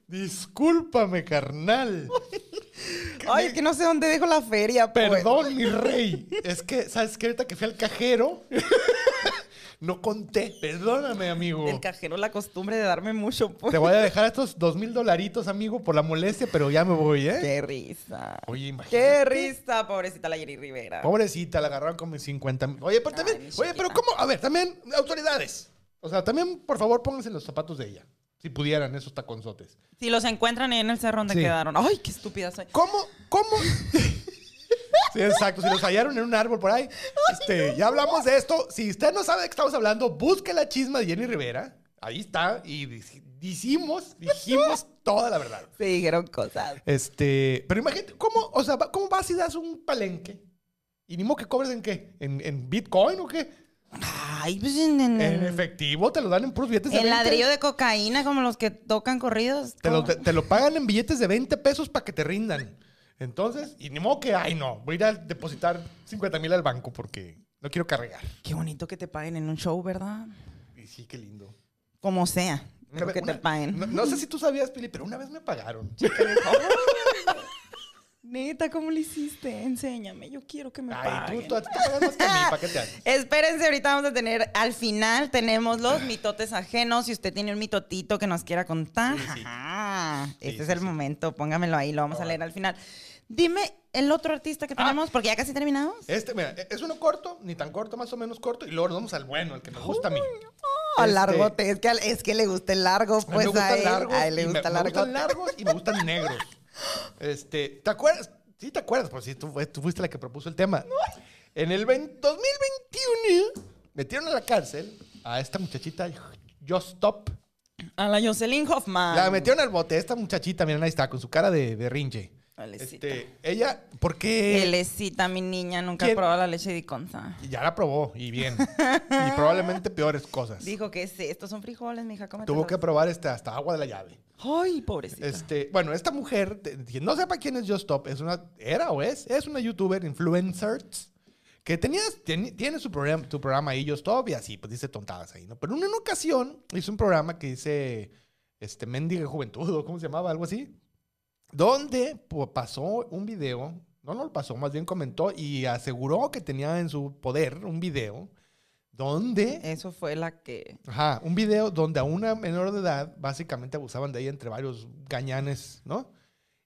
discúlpame, carnal.
Ay, es que no sé dónde dejo la feria. pues.
Perdón, mi rey. Es que, ¿sabes qué? Ahorita que fui al cajero, no conté. Perdóname, amigo.
Del cajero la costumbre de darme mucho. pues.
Te voy a dejar estos dos mil dolaritos, amigo, por la molestia, pero ya me voy, ¿eh?
Qué risa.
Oye, imagínate. Oh.
Qué risa, pobrecita la Jenny Rivera.
Pobrecita, la agarraron como en 50 mil. Oye, pero también,
Ay, mi
oye, pero
chiquita.
¿cómo? A ver, también, autoridades. O sea, también, por favor, pónganse en los zapatos de ella. Si pudieran, esos taconzotes.
Si los encuentran ahí en el cerro donde
Sí.
quedaron. Ay, qué estúpida soy.
¿Cómo? ¿Cómo? Sí, exacto. Si los hallaron en un árbol por ahí. Este, ya hablamos de esto. Si usted no sabe de qué estamos hablando, busque la chisma de Jenny Rivera. Ahí está. Y dij- dijimos, dijimos toda la verdad.
Se dijeron cosas.
Este, pero imagínate, ¿cómo, o sea, va- ¿cómo vas y das un palenque? Y ni modo que cobres en qué? ¿En, en Bitcoin o qué?
Ay, pues en, en-
En
en-
efectivo, te lo dan en puros billetes Pues, de
en
20.
ladrillo de cocaína, como los que tocan corridos.
Te lo,
¿Cómo?
te, te lo pagan en billetes de 20 pesos para que te rindan. Entonces, y ni modo que, ay no, voy a ir a depositar 50 mil al banco porque no quiero cargar.
Qué bonito que te paguen en un show, ¿verdad?
Y sí, qué lindo.
Como sea.
Una
Pero
vez-
que te
una-
paguen.
No, no sé si tú sabías, Pili, pero una vez me pagaron.
Neta, ¿cómo lo hiciste? Enséñame. Yo quiero que me
Ay,
paguen.
tú, tú a ti te pagan más que a mí, ¿para qué te haces?
Espérense, ahorita vamos a tener, al final tenemos los mitotes ajenos. Si usted tiene un mitotito que nos quiera contar,
Sí, sí.
ajá, este
Sí,
es
sí,
el
sí.
momento, póngamelo ahí, lo vamos a
Ahora.
leer al final. Dime el otro artista que
Ah.
tenemos, porque ya casi terminamos.
Este, mira, es uno corto, ni tan corto, más o menos corto, y luego nos vamos al bueno, al que me gusta a mí.
Oh,
Este-
largote, es que, al- es que le gusta el largo,
A mí me
pues a
gustan
él,
largos
a él le
y me-
gusta
me
largo.
gustan largos y me gustan negros. Este, ¿te acuerdas? Sí, te acuerdas, pues sí, tú, fue- tú fuiste la que propuso el tema. En el 20 2021 metieron a la cárcel a esta muchachita Jostop.
A la Jocelyn Hoffman.
La metieron al bote, esta muchachita, miren, ahí está, con su cara de berrinche.
Alecita.
Este, ella, ¿por qué?
Que le cita mi niña, nunca
¿Quién?
ha probado la leche de Iconza.
Y Ya la probó, y bien. y probablemente peores cosas.
Dijo que sí, estos son frijoles, mija, cómetelos.
Pues. Tuvo que probar este, hasta agua de la llave.
Ay, pobrecita.
Este, bueno, esta mujer, te- quien no sepa quién es Just Stop, es una, era o es, es una youtuber, influencer, que tenía, tiene- tiene su programa, tu programa ahí, Just Stop, y así, pues dice tontadas ahí, ¿no? Pero en una ocasión hizo un programa que dice, este, Mendiga Juventud, o cómo se llamaba, algo así, donde pues, pasó un video, no, no lo pasó, más bien comentó y aseguró que tenía en su poder un video donde...
Eso fue la que...
Ajá, un video donde a una menor de edad básicamente abusaban de ella entre varios gañanes, ¿no?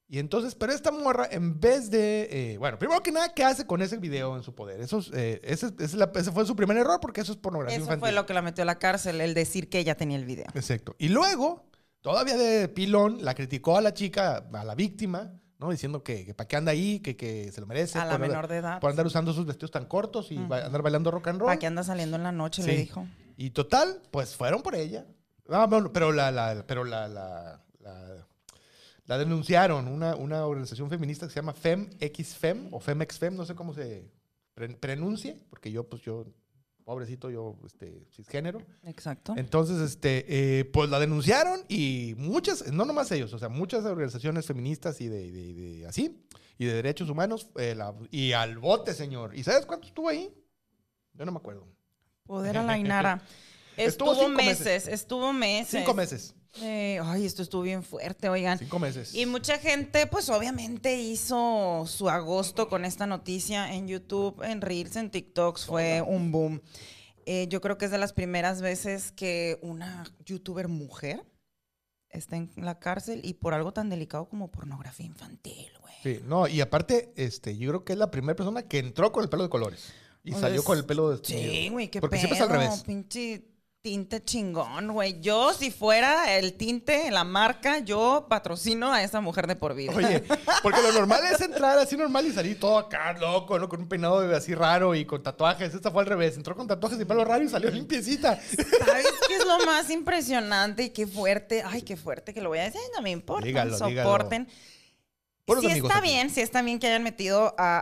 Y entonces, pero esta morra, en vez de. eh, bueno, primero que nada, ¿qué hace con ese video en su poder? Eso es, eh, ese, es- esa es la- ese fue su primer error porque eso es pornografía
Eso
infantil.
fue lo que la metió a la cárcel, el decir que ella tenía el video.
Exacto. Y luego, todavía de pilón, la criticó a la chica, a la víctima, ¿no? Diciendo que, que para qué anda ahí, que, que se lo merece.
A la
por-
menor de edad.
Por andar usando sus vestidos tan cortos y ba- andar bailando rock and roll.
¿Para qué anda saliendo en la noche? Le
Sí.
dijo.
Y total, pues fueron por ella. Ah, bueno, pero la, la- pero la, la, la, La denunciaron una, una organización feminista que se llama FemXFem o FemXFem, no sé cómo se pre- pronuncie, porque yo, pues yo, pobrecito, yo, este, cisgénero.
Exacto.
Entonces, este, eh, pues la denunciaron y muchas, no nomás ellos, o sea, muchas organizaciones feministas y de, de- de así, y de derechos humanos, eh, la- y al bote, señor. ¿Y sabes cuánto estuvo ahí? Yo no me acuerdo.
Poder a la Inara.
Estuvo
Estuvo
cinco meses.
meses, estuvo meses.
Cinco meses.
Eh, ay, esto estuvo bien fuerte, oigan.
Cinco meses.
Ah. Y mucha gente, pues obviamente hizo su agosto con esta noticia en YouTube, en Reels, en TikToks, fue un boom. Eh, yo creo que es de las primeras veces que una youtuber mujer está en la cárcel y por algo tan delicado como pornografía infantil, güey.
Sí, no, y aparte, este, yo creo que es la primera persona que entró con el pelo de colores. Y
Pues,
salió con el pelo de
Sí, güey, qué
Porque
pedo,
siempre es al revés.
pinche tinte chingón, güey. Yo, si fuera el tinte, la marca, yo patrocino a esa mujer de por vida.
Oye, porque lo normal es entrar así normal y salir todo acá, loco, ¿no? Con un peinado de- así raro y con tatuajes. Esta fue al revés. Entró con tatuajes y pelo raro y salió limpiecita.
¿Sabes qué es lo más impresionante y qué fuerte? Ay, qué fuerte que lo voy a decir, no me importa,
Dígalo,
soporten.
Puros
sí
amigos
está
aquí.
bien, sí está bien que hayan metido a,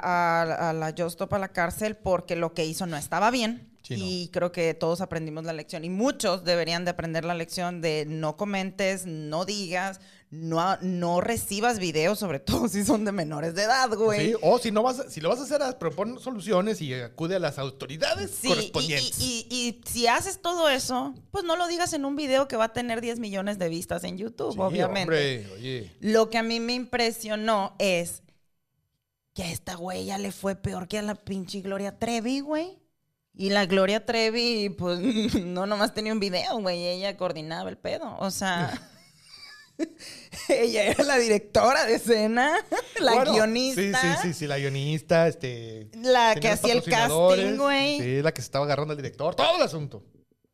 a- a la Justop a la cárcel porque lo que hizo no estaba bien.
Sí, no.
y creo que todos aprendimos la lección y muchos deberían de aprender la lección de no comentes, no digas, no, no recibas videos, sobre todo si son de menores de edad, güey.
Sí, o si no vas, a- si lo vas a hacer, haz- propon soluciones y acude a las autoridades
Sí, y- y,
correspondientes.
y- y si haces todo eso, pues no lo digas en un video que va a tener 10 millones de vistas en YouTube,
Sí,
obviamente.
Hombre, oye.
Lo que a mí me impresionó es que a esta güey ya le fue peor que a la pinche Gloria Trevi, güey. Y la Gloria Trevi, pues, no nomás tenía un video, güey. Ella coordinaba el pedo. O sea, ella era la directora de escena, la
Bueno,
guionista.
Sí, sí, sí, sí, la guionista, este.
La
tenía
que
los
hacía el
patrocinadores,
casting, güey.
Sí, la que se estaba agarrando al director, todo el asunto.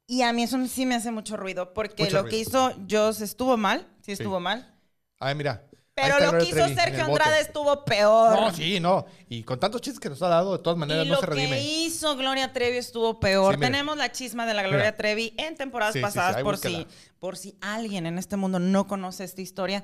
Y a mí eso sí me hace mucho ruido, porque
Mucho
lo
ruido.
que hizo Joss estuvo mal, sí estuvo
Sí.
mal.
Ay, mira. ahí
Pero
está
lo
Gloria
que hizo
Trevi en el
Sergio
bote.
Andrade estuvo peor.
No, sí, no. Y con tantos chistes que nos ha dado, de todas maneras
y
no
lo
se redime.
que hizo Gloria Trevi estuvo peor.
Sí, mira.
Tenemos la chisma de la Gloria
Mira.
Trevi en temporadas
Sí, sí, sí,
pasadas
ahí
por,
búscala.
si, por si alguien en este mundo no conoce esta historia.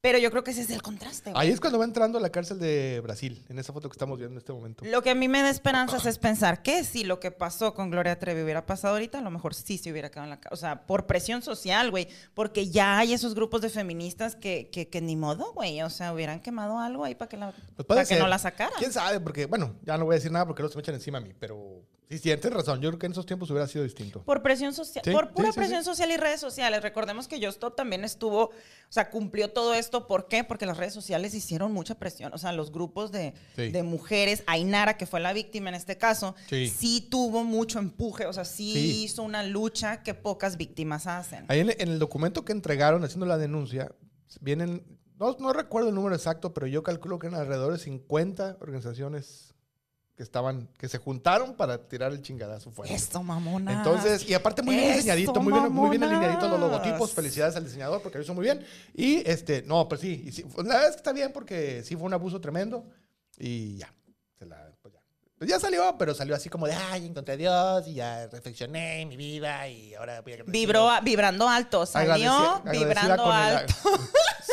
Pero yo creo que ese es el contraste. güey.
Ahí es cuando va entrando a la cárcel de Brasil, en esa foto que estamos viendo en este momento.
Lo que a mí me da esperanzas es pensar que si lo que pasó con Gloria Trevi hubiera pasado ahorita, a lo mejor sí se hubiera quedado en la casa. O sea, por presión social, güey. Porque ya hay esos grupos de feministas que, que, que ni modo, güey. O sea, hubieran quemado algo ahí para que, la,
Pues puede
para que
ser.
no la sacaran.
¿Quién sabe? Porque, bueno, ya no voy a decir nada porque luego se me echan encima a mí, pero sí, sí, tienes razón. Yo creo que en esos tiempos hubiera sido distinto.
Por presión social,
Sí,
por
sí,
pura
sí,
presión social y redes sociales. Recordemos que Justop también estuvo, o sea, cumplió todo esto. ¿Por qué? Porque las redes sociales hicieron mucha presión. O sea, los grupos de,
Sí.
de mujeres, Ainara, que fue la víctima en este caso,
Sí.
sí, tuvo mucho empuje. O sea, sí,
Sí.
hizo una lucha que pocas víctimas hacen.
Ahí en, en el documento que entregaron haciendo la denuncia, vienen, no, no recuerdo el número exacto, pero yo calculo que eran alrededor de 50 organizaciones que estaban, que se juntaron para tirar el chingadazo fuera.
Eso, mamona.
Entonces, y aparte muy bien
Eso,
diseñadito, muy bien, muy bien
mamonas.
alineadito los logotipos. Felicidades al diseñador porque lo hizo muy bien. Y este, no, pues sí, y sí, la verdad es que está bien porque sí fue un abuso tremendo y ya. se la- pues ya. Pues ya salió, pero salió así como de, ay, encontré a Dios y ya reflexioné en mi vida y ahora voy a...
Vibró, a- vibrando alto, salió
Agradecida- agradecida
vibrando
eh, con el-
alto.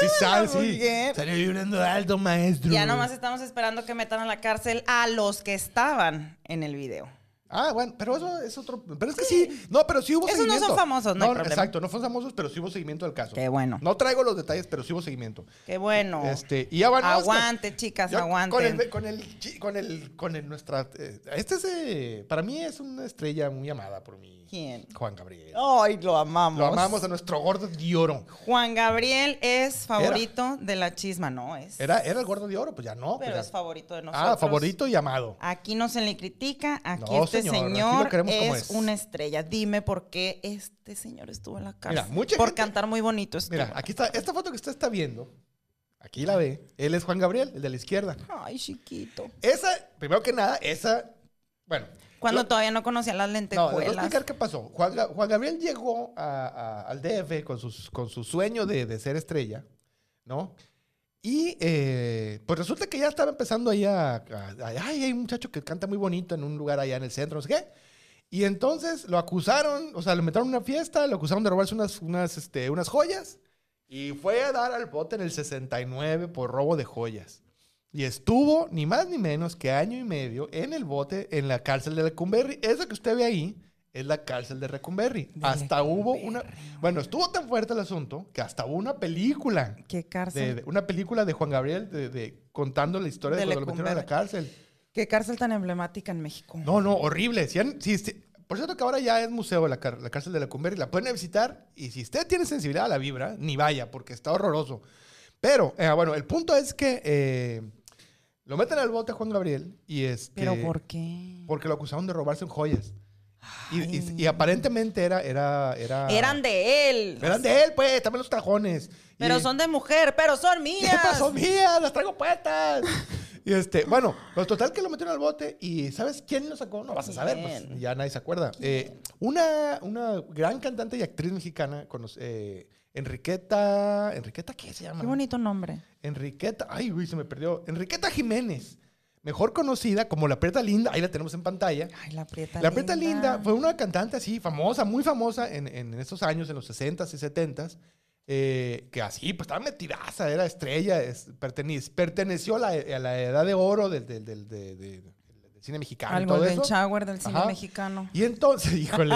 Sí, sal,
La
sí.
mujer.
Salió vibrando alto, maestro.
Ya nomás estamos esperando que metan a la cárcel a los que estaban en el video.
Ah, bueno, pero eso es otro. Pero es que sí. No, pero sí hubo
Esos no
seguimiento.
son famosos, no hay problema.
Exacto, no son famosos, pero sí hubo seguimiento del caso.
Qué bueno.
No traigo los detalles, pero sí hubo seguimiento.
Qué bueno.
Este, y ya van
Aguante, chicas, aguante.
Con el, con el, chi- con el, con el nuestra. eh, este es, eh, para mí es una estrella muy amada por mí.
¿Quién? Oh.
Juan Gabriel.
Ay, lo amamos.
Lo amamos a nuestro gordo de oro.
Juan Gabriel es favorito de la chisma, no es.
Era, era el gordo de oro, pues ya no. pues
pero
ya-
es favorito de nosotros.
ah, favorito y amado.
Aquí no se le critica, aquí
No,
este
señor, aquí lo
señor,
queremos como
es,
es.
una estrella. Dime por qué este señor estuvo en la cárcel.
mucha
por
gente-
cantar muy bonito estuvo.
Mira, aquí está, esta foto que usted está viendo, aquí la ve, él es Juan Gabriel, el de la izquierda.
Ay, chiquito.
Esa, primero que nada, esa, bueno.
Cuando
lo-
todavía no conocía las
No, les voy a
lentejuelas.
explicar qué pasó. Juan, Ga- Juan Gabriel llegó a- a- al DF con, sus, con su sueño de, de ser estrella, ¿no? Y eh, pues resulta que ya estaba empezando ahí a, a- a- Ay, hay un muchacho que canta muy bonito en un lugar allá en el centro, no sé qué. Y entonces lo acusaron, o sea, le metieron a una fiesta, lo acusaron de robarse unas, unas, este, unas joyas. Y fue a dar al bote en el 69 por robo de joyas. Y estuvo ni más ni menos que año y medio en el bote en la cárcel de Lecumberri. Esa que usted ve ahí es la cárcel de Recumberri. hasta hubo una... Bueno, estuvo tan fuerte el asunto que hasta hubo una película.
Qué cárcel.
De, de- una película de Juan Gabriel de, de- contando la historia de,
De
cuando lo metieron a la cárcel.
Qué cárcel tan emblemática en México.
No, no, horrible. Si han- si- si- por cierto que ahora ya es museo la, car- la cárcel de la Cumberry. La pueden visitar y si usted tiene sensibilidad a la vibra, ni vaya porque está horroroso. Pero, eh, bueno, el punto es que eh, lo meten al bote a Juan Gabriel y este...
Pero ¿por qué?
Porque lo acusaron de robarse joyas. Y, y-
Ay.
y aparentemente era, era, era...
Eran de él.
Ah. Eran de él, pues, también los trajones.
Pero
Y-
son de mujer, pero son
¿Qué
mías.
pasó, mía? Las traigo puestas. Y este, bueno, los total que lo metieron al bote y ¿sabes quién lo sacó? No vas a saber, pues
¿Quién?
ya nadie se acuerda. Eh, una, una gran cantante y actriz mexicana, conoc- eh, Enriqueta, ¿Enriqueta qué se llama?
Qué bonito nombre.
Enriqueta, ay, güey, se me perdió. Enriqueta Jiménez, mejor conocida como La Preta Linda, ahí la tenemos en pantalla.
Ay, la prieta
La Preta Linda fue una cantante así, famosa, muy famosa en, en estos años, en los 60s y 70s, eh, que así, pues estaba metidaza, era estrella, es- pertene- perteneció a la, a la edad de oro del, del- del- de- de- del cine mexicano. y
Algo
todo
del
eso.
shower del cine
Ajá.
mexicano.
Y entonces, híjole,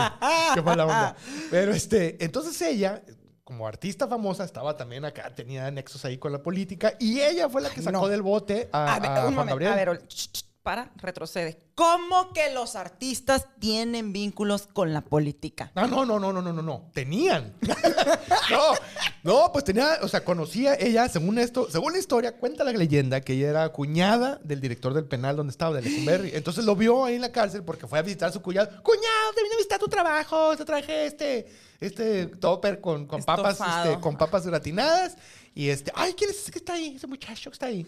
qué mala onda. Pero este, entonces ella, como artista famosa, estaba también acá, tenía nexos ahí con la política, y ella fue la que
Ay,
sacó
no.
del bote a,
A ver,
a
un
Juan
momento,
Gabriel.
a ver, ol- ch, ch, para, retrocede. ¿Cómo que los artistas tienen vínculos con la política?
No, Ah, no, no, no, no, no, no, no. Tenían. no, no, pues tenía, o sea, conocía ella, según esto, según la historia, cuenta la leyenda que ella era cuñada del director del penal donde estaba, de Lecumberri. Entonces lo vio ahí en la cárcel porque fue a visitar a su cuñado. Cuñado, te vine a visitar tu trabajo, te traje este, este topper con, con papas,
Estofado.
este, con papas gratinadas. Y este, ay, ¿quién es ese que está ahí? Ese muchacho que está ahí.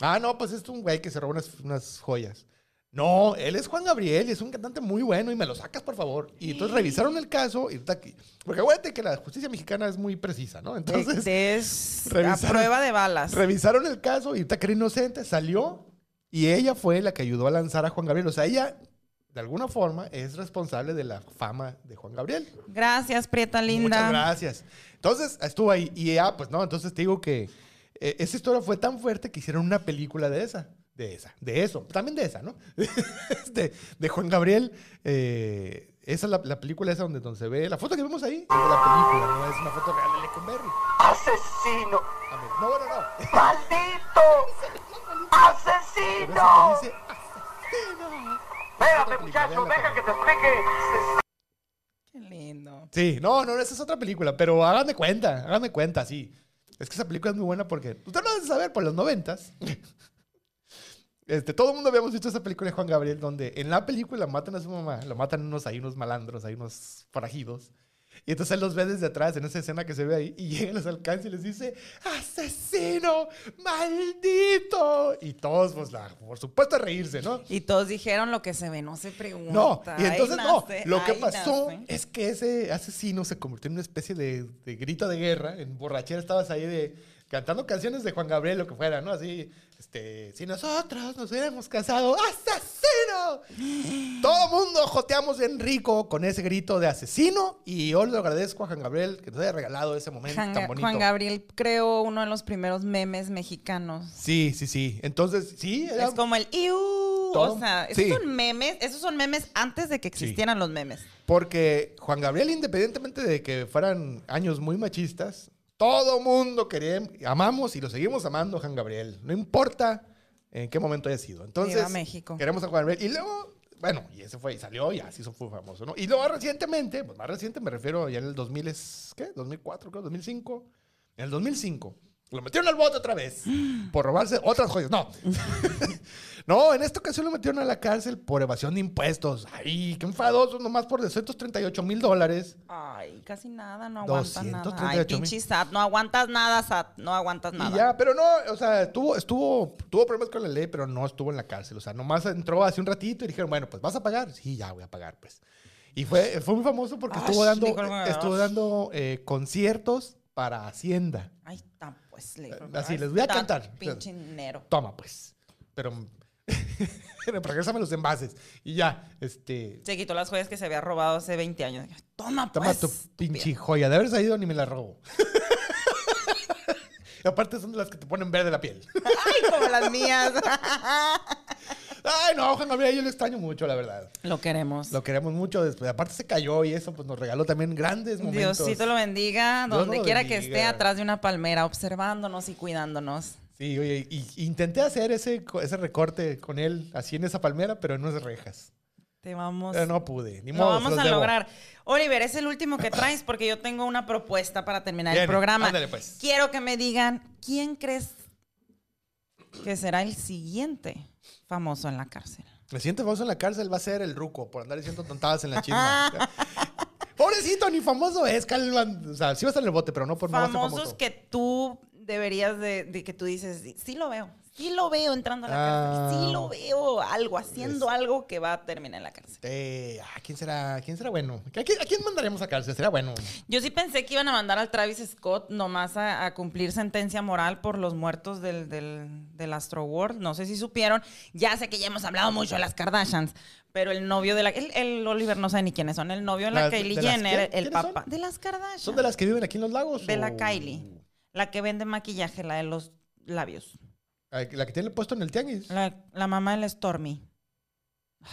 Ah, no, pues es un güey que se robó unas, unas joyas. No, él es Juan Gabriel y es un cantante muy bueno y me lo sacas, por favor. Y entonces revisaron el caso y está aquí. Porque acuérdate que la justicia mexicana es muy precisa, ¿no? Entonces,
es a
revisaron-
prueba de balas.
revisaron el caso y está que era inocente, salió y ella fue la que ayudó a lanzar a Juan Gabriel. O sea, ella, de alguna forma, es responsable de la fama de Juan Gabriel.
Gracias, Prieta Linda.
Muchas gracias. Entonces, estuvo ahí. Y ya, pues no, entonces te digo que eh, esa historia fue tan fuerte que hicieron una película de esa. De esa, de eso. También de esa, ¿no? de, de Juan Gabriel. eh, esa es la, la película esa donde, donde se ve. La foto que vemos ahí es de la película, no es una foto real de Lecumberri.
Asesino,
A ver, No, bueno, no.
maldito,
Pero esa
asesino.
que dice, "Asesino".
Espérate, muchacho, deja que te explique.
Qué lindo.
Sí, no, no, esa es otra película, pero háganme cuenta, háganme cuenta, sí. Es que esa película es muy buena porque pues, usted lo debe saber por los noventas. Este, todo el mundo habíamos visto esa película de Juan Gabriel donde en la película matan a su mamá, lo matan unos ahí, unos malandros, ahí unos forajidos. Y entonces él los ve desde atrás en esa escena que se ve ahí y llega, los alcanza y les dice, asesino, maldito. Y todos, pues, la- por supuesto, a reírse, ¿no?
Y todos dijeron lo que se ve, no se pregunta.
No, y
Ahí
entonces no.
nace,
Lo que
ahí
pasó
nace.
es que ese asesino se convirtió en una especie de, de grito de guerra. En borrachera estabas ahí de cantando canciones de Juan Gabriel, lo que fuera, ¿no? Así, este, si nosotros nos hubiéramos casado, ¡asesino! Todo mundo joteamos en rico con ese grito de asesino. Y yo le agradezco a Juan Gabriel que nos haya regalado ese momento
Juan,
tan bonito.
Juan Gabriel creó uno de los primeros memes mexicanos.
Sí, sí, sí. Entonces, sí, era-
Es como el iu.
Todo.
O sea, esos
Sí.
son memes, esos son memes antes de que existieran los memes.
Porque Juan Gabriel, independientemente de que fueran años muy machistas, todo mundo queríamos, amamos y lo seguimos amando a Juan Gabriel. No importa en qué momento haya sido. Entonces,
Viva México.
queremos a Juan Gabriel. Y luego, bueno, y ese fue, y salió, y así fue famoso, ¿no? Y luego recientemente, pues más reciente me refiero ya en el 2000, es- ¿qué? 2004, creo, 2005. En el 2005. Lo metieron al bote otra vez por robarse otras joyas. No. No, en esta ocasión lo metieron a la cárcel por evasión de impuestos. Ay, qué enfadoso, nomás por 238 mil dólares.
Ay, casi nada, no aguantas nada.
238
Ay,
mil.
pinche SAT, no aguantas nada, SAT, no aguantas
Y
nada.
ya, pero no, o sea, estuvo, estuvo, tuvo problemas con la ley, pero no estuvo en la cárcel. O sea, nomás entró hace un ratito y dijeron, bueno, pues vas a pagar. Sí, ya voy a pagar, pues. Y fue, fue muy famoso porque
Ay,
estuvo dando,
dijo "Ah, el güey,
estuvo
"Ay".
dando eh, conciertos para Hacienda.
Ay, tan pues. Le
Así,
ay,
les voy a
tan
cantar.
Pinche dinero.
Toma, pues. Pero regresame los envases. Y ya, este,
Se quitó las joyas que se había robado hace 20 años. Toma,
Toma
pues.
tu pinche joya. De haber salido ni me la robo. Y aparte son de las que te ponen verde la piel.
Ay, como las mías.
Ay, no, Juan Gabriel, yo lo extraño mucho, la verdad.
Lo queremos.
Lo queremos mucho. Después, aparte se cayó y eso pues nos regaló también grandes momentos.
Diosito lo bendiga,
Dios
donde
lo
quiera que esté,
bendiga.
atrás de una palmera, observándonos y cuidándonos.
Sí, oye, y, y intenté hacer ese, co- ese recorte con él así en esa palmera, pero en unas rejas.
Te vamos.
Pero no pude, ni
lo
modo.
vamos a lograr. Oliver, es el último que traes porque yo tengo una propuesta para terminar el
Bien,
programa.
ándale, pues.
Quiero que me digan quién crees que será el siguiente famoso en la cárcel.
El siguiente famoso en la cárcel va a ser el ruco por andar diciendo tontadas en la chisma. Pobrecito, ni famoso es, Calvan. O sea, sí va a estar en el bote, pero no por no va a ser
Famosos
famoso.
que tú deberías de, de que tú dices, sí lo veo, sí lo veo entrando a la
Ah.
cárcel, sí lo veo algo, haciendo algo que va a terminar en la cárcel.
Eh, ah, ¿quién será? ¿Quién será bueno? ¿A quién, a quién mandaremos a cárcel? Será bueno.
Yo sí pensé que iban a mandar al Travis Scott nomás a, a cumplir sentencia moral por los muertos del, del, del Astro World. No sé si supieron. Ya sé que ya hemos hablado mucho de las Kardashians, pero el novio de la. El, el Oliver no sabe ni quiénes son. El novio de la
Las-
Kylie
¿de las
Jenner,
quién?
el
¿Quiénes
papá.
son?
De las Kardashians.
¿Son de las que viven aquí en los lagos?
De
o-
la Kylie. La que vende maquillaje, la de los labios.
Ay, Ah, La que tiene puesto en el tianguis.
La, la mamá del Stormy.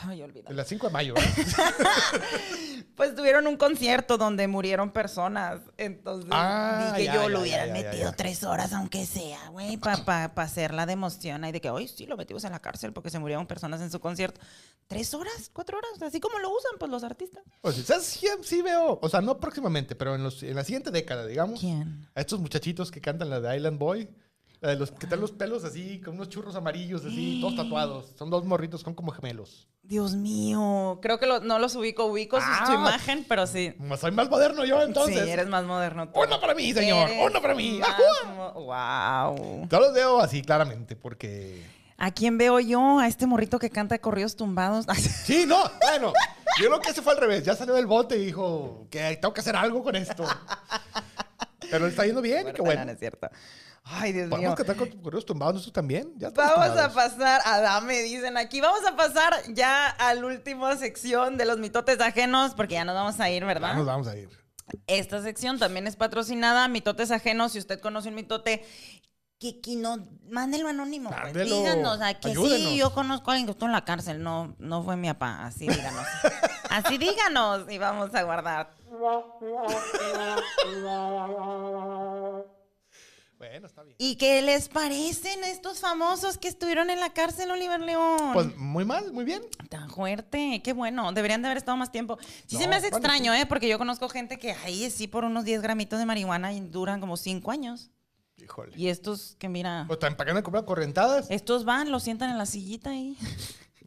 Ay, olvidé.
De las 5 de mayo. ¿eh?
Pues tuvieron un concierto donde murieron personas. Entonces
Ah,
dije
ya,
yo
ya,
lo
ya,
hubieran
ya, ya,
metido
ya.
tres horas, aunque sea, güey, para pa, pa hacer la de emoción. ahí de que hoy sí lo metimos en la cárcel porque se murieron personas en su concierto. ¿Tres horas? ¿Cuatro horas? Así como lo usan, pues los artistas.
O sea, ¿sabes? sí, sí veo. O sea, no próximamente, pero en, los, en la siguiente década, digamos.
¿Quién?
A estos muchachitos que cantan la de Island Boy. La de los que traen los pelos así, con unos churros amarillos así, todos tatuados. Son dos morritos, son como gemelos.
Dios mío. Creo que lo- no los ubico, ubico su- su
Ah.
imagen, pero sí.
Soy más moderno yo, entonces.
sí, eres más moderno. tú.
Uno para mí, señor.
Eres
Uno para mí.
más
¡Ajua!
mo- Wow.
Yo los veo así, claramente, porque...
¿A quién veo yo? A este morrito que canta corridos tumbados.
Sí, no, bueno. Yo creo que se fue al revés. Ya salió del bote y dijo que tengo que hacer algo con esto. Pero le está yendo bien, qué
Muerta,
bueno.
no, no es cierto. Ay, Dios mío.
Podemos cantar con correos tumbados nosotros también. Ya estamos
Vamos a
tumbados.
pasar, a me dicen aquí, vamos a pasar ya a la última sección de los mitotes ajenos, porque ya nos vamos a ir,
Ya
¿verdad?
nos vamos a ir.
Esta sección también es patrocinada, mitotes ajenos, si usted conoce un mitote, que, que no, mándelo anónimo, pues.
Mándelo,
díganos, a que
ayúdenos.
sí, yo conozco a alguien que estuvo en la cárcel, no, no fue mi papá, así díganos. así díganos y vamos a guardar.
Bueno, está bien.
¿Y qué les parecen estos famosos que estuvieron en la cárcel, Oliver León?
Pues muy mal, muy bien.
Tan fuerte, qué bueno. Deberían de haber estado más tiempo. Sí se
No,
me hace
bueno,
extraño, ¿eh? Porque yo conozco gente que ahí sí por unos 10 gramitos de marihuana y duran como 5 años.
Híjole.
Y Eh. estos que mira,
Pues también para qué me comprar correntadas.
estos van, los sientan en la sillita ahí.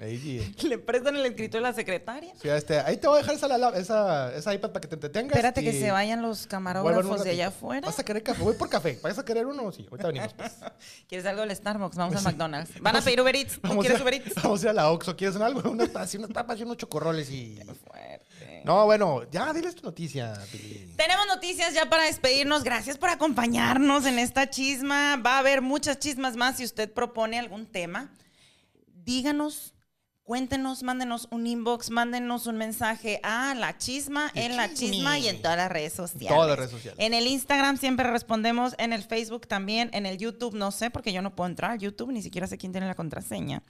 Ahí, sí. eh.
Le prestan el escrito de la secretaria.
Sí, este, ahí te voy a dejar esa, la- esa, esa iPad para que te entretengas.
Espérate que
y
se vayan los
vuelvan un
camarógrafos de
ratito.
allá afuera.
¿Vas a querer café? Voy por café. ¿Vas a querer uno? Sí, ahorita venimos. pues.
¿Quieres algo del Starbucks? Vamos al McDonald's. Van a pedir Uber Eats. ¿Tú
Vamos,
quieres
a,
Uber Eats?
vamos a ir a la Oxxo. ¿Quieres un algo? Unas tapas, unas papas y unos chocorroles y...
Fuerte.
No, bueno, ya diles tu noticia, Pili.
Tenemos noticias ya para despedirnos. Gracias por acompañarnos en esta chisma. Va a haber muchas chismas más si usted propone algún tema. Díganos, cuéntenos, mándenos un inbox, mándenos un mensaje a la chisma,
El
en la
chisme.
chisma y en todas las redes sociales.
Todas las redes sociales.
En el Instagram siempre respondemos, en el Facebook también, en el YouTube no sé porque yo no puedo entrar a YouTube, ni siquiera sé quién tiene la contraseña.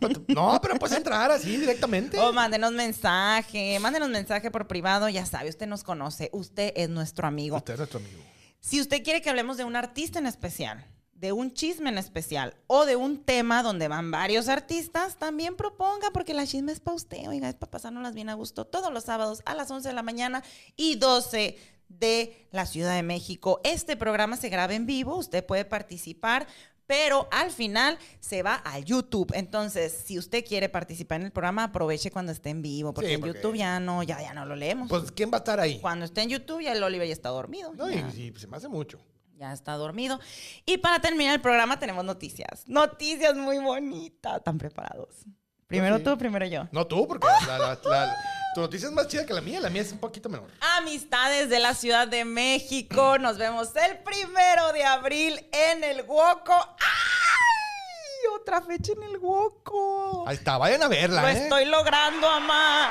Eh.
No, pero puedes entrar así directamente.
O mándenos mensaje, mándenos mensaje por privado, ya sabe, usted nos conoce, usted es nuestro amigo.
Usted es nuestro amigo.
Si usted quiere que hablemos de un artista en especial, de un chisme en especial o de un tema donde van varios artistas, también proponga porque la chisme es para usted, oiga, es para pasárnoslas bien a gusto todos los sábados a las 11 de la mañana y 12 de la Ciudad de México. Este programa se graba en vivo, usted puede participar. Pero al final se va a YouTube. Entonces, si usted quiere participar en el programa, aproveche cuando esté en vivo, porque
Sí,
en
porque-
YouTube ya no, ya, ya no lo leemos.
Pues, ¿quién va a estar ahí?
cuando esté en YouTube, ya el Oliver ya está dormido.
No, y,
ya.
y se me hace mucho.
Ya está dormido. Y para terminar el programa tenemos noticias. Noticias muy bonitas. ¿Están preparados? Primero
sí.
tú, primero yo.
No tú, porque la- la- la- tu noticia es más chida que la mía. La mía es un poquito menor.
Amistades de la Ciudad de México. Nos vemos el primero de abril en el Huoco. ¡Ay! Otra fecha en el Huoco.
Ahí está, ¿eh? vayan a verla,
Lo
¿eh?
estoy logrando, mamá.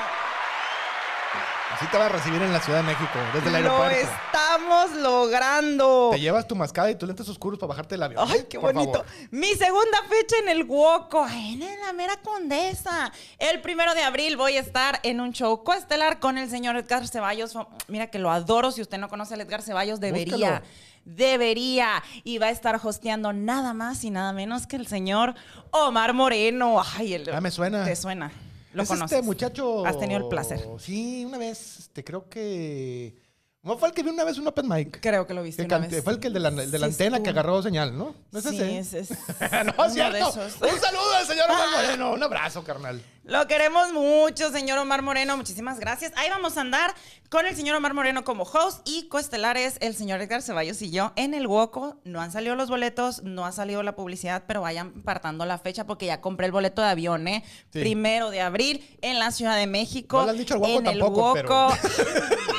Así te va a recibir en la Ciudad de México, desde el
Lo
aeropuerto.
estamos logrando.
Te llevas tu mascada y tus lentes oscuros para bajarte del avión.
Ay,
¿eh?
qué
Por
bonito.
favor.
Mi segunda fecha en el Huoco, ay, en la mera condesa. El primero de abril voy a estar en un show coestelar con el señor Edgar Ceballos. Fam- Mira que lo adoro. Si usted no conoce al Edgar Ceballos, debería.
Búscalo.
Debería. Y va a estar hosteando nada más y nada menos que el señor Omar Moreno. Ay, el,
Ah, me suena.
Te suena. Lo
es
conoces.
este muchacho.
Has tenido el placer.
Sí, una vez, este, creo que. No fue el que vi una vez un open mic.
Creo que lo viste.
Que
una
cante-
vez.
Fue el que el de la, el de la
Sí,
antena que
estuvo.
agarró señal, ¿no? ¿No es
Sí,
ese?
ese
Ah,
es
no,
uno
es cierto.
de esos.
Un saludo al señor Omar Moreno. Un abrazo, carnal.
Lo queremos mucho, señor Omar Moreno. Muchísimas gracias. Ahí vamos a andar con el señor Omar Moreno como host y coestelares, el señor Edgar Ceballos y yo en el Woco. No han salido los boletos, no ha salido la publicidad, pero vayan partando la fecha porque ya compré el boleto de avión, ¿eh?
Sí.
Primero de abril en la Ciudad de México.
No le has dicho al Huoco
en
tampoco,
el
pero-
Huoco.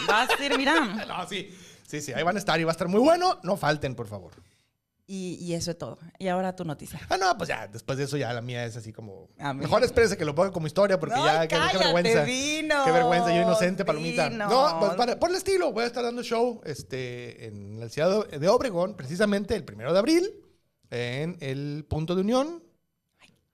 Vas a ir, mira.
Ah, No, sí. Sí, sí, ahí van a estar y va a estar muy bueno. No falten, por favor.
Y, y eso es todo. Y ahora tu noticia.
Ah, no, pues ya, después de eso ya la mía es así como.
A mí-
Mejor espérense que lo ponga como historia porque
No,
ya, qué, qué
cállate,
vergüenza.
Dinos,
qué vergüenza, yo inocente, palomita.
Dinos.
No, pues para, ponle estilo. Voy a estar dando show este, en la ciudad de de Obregón, precisamente el primero de abril, en el punto de unión.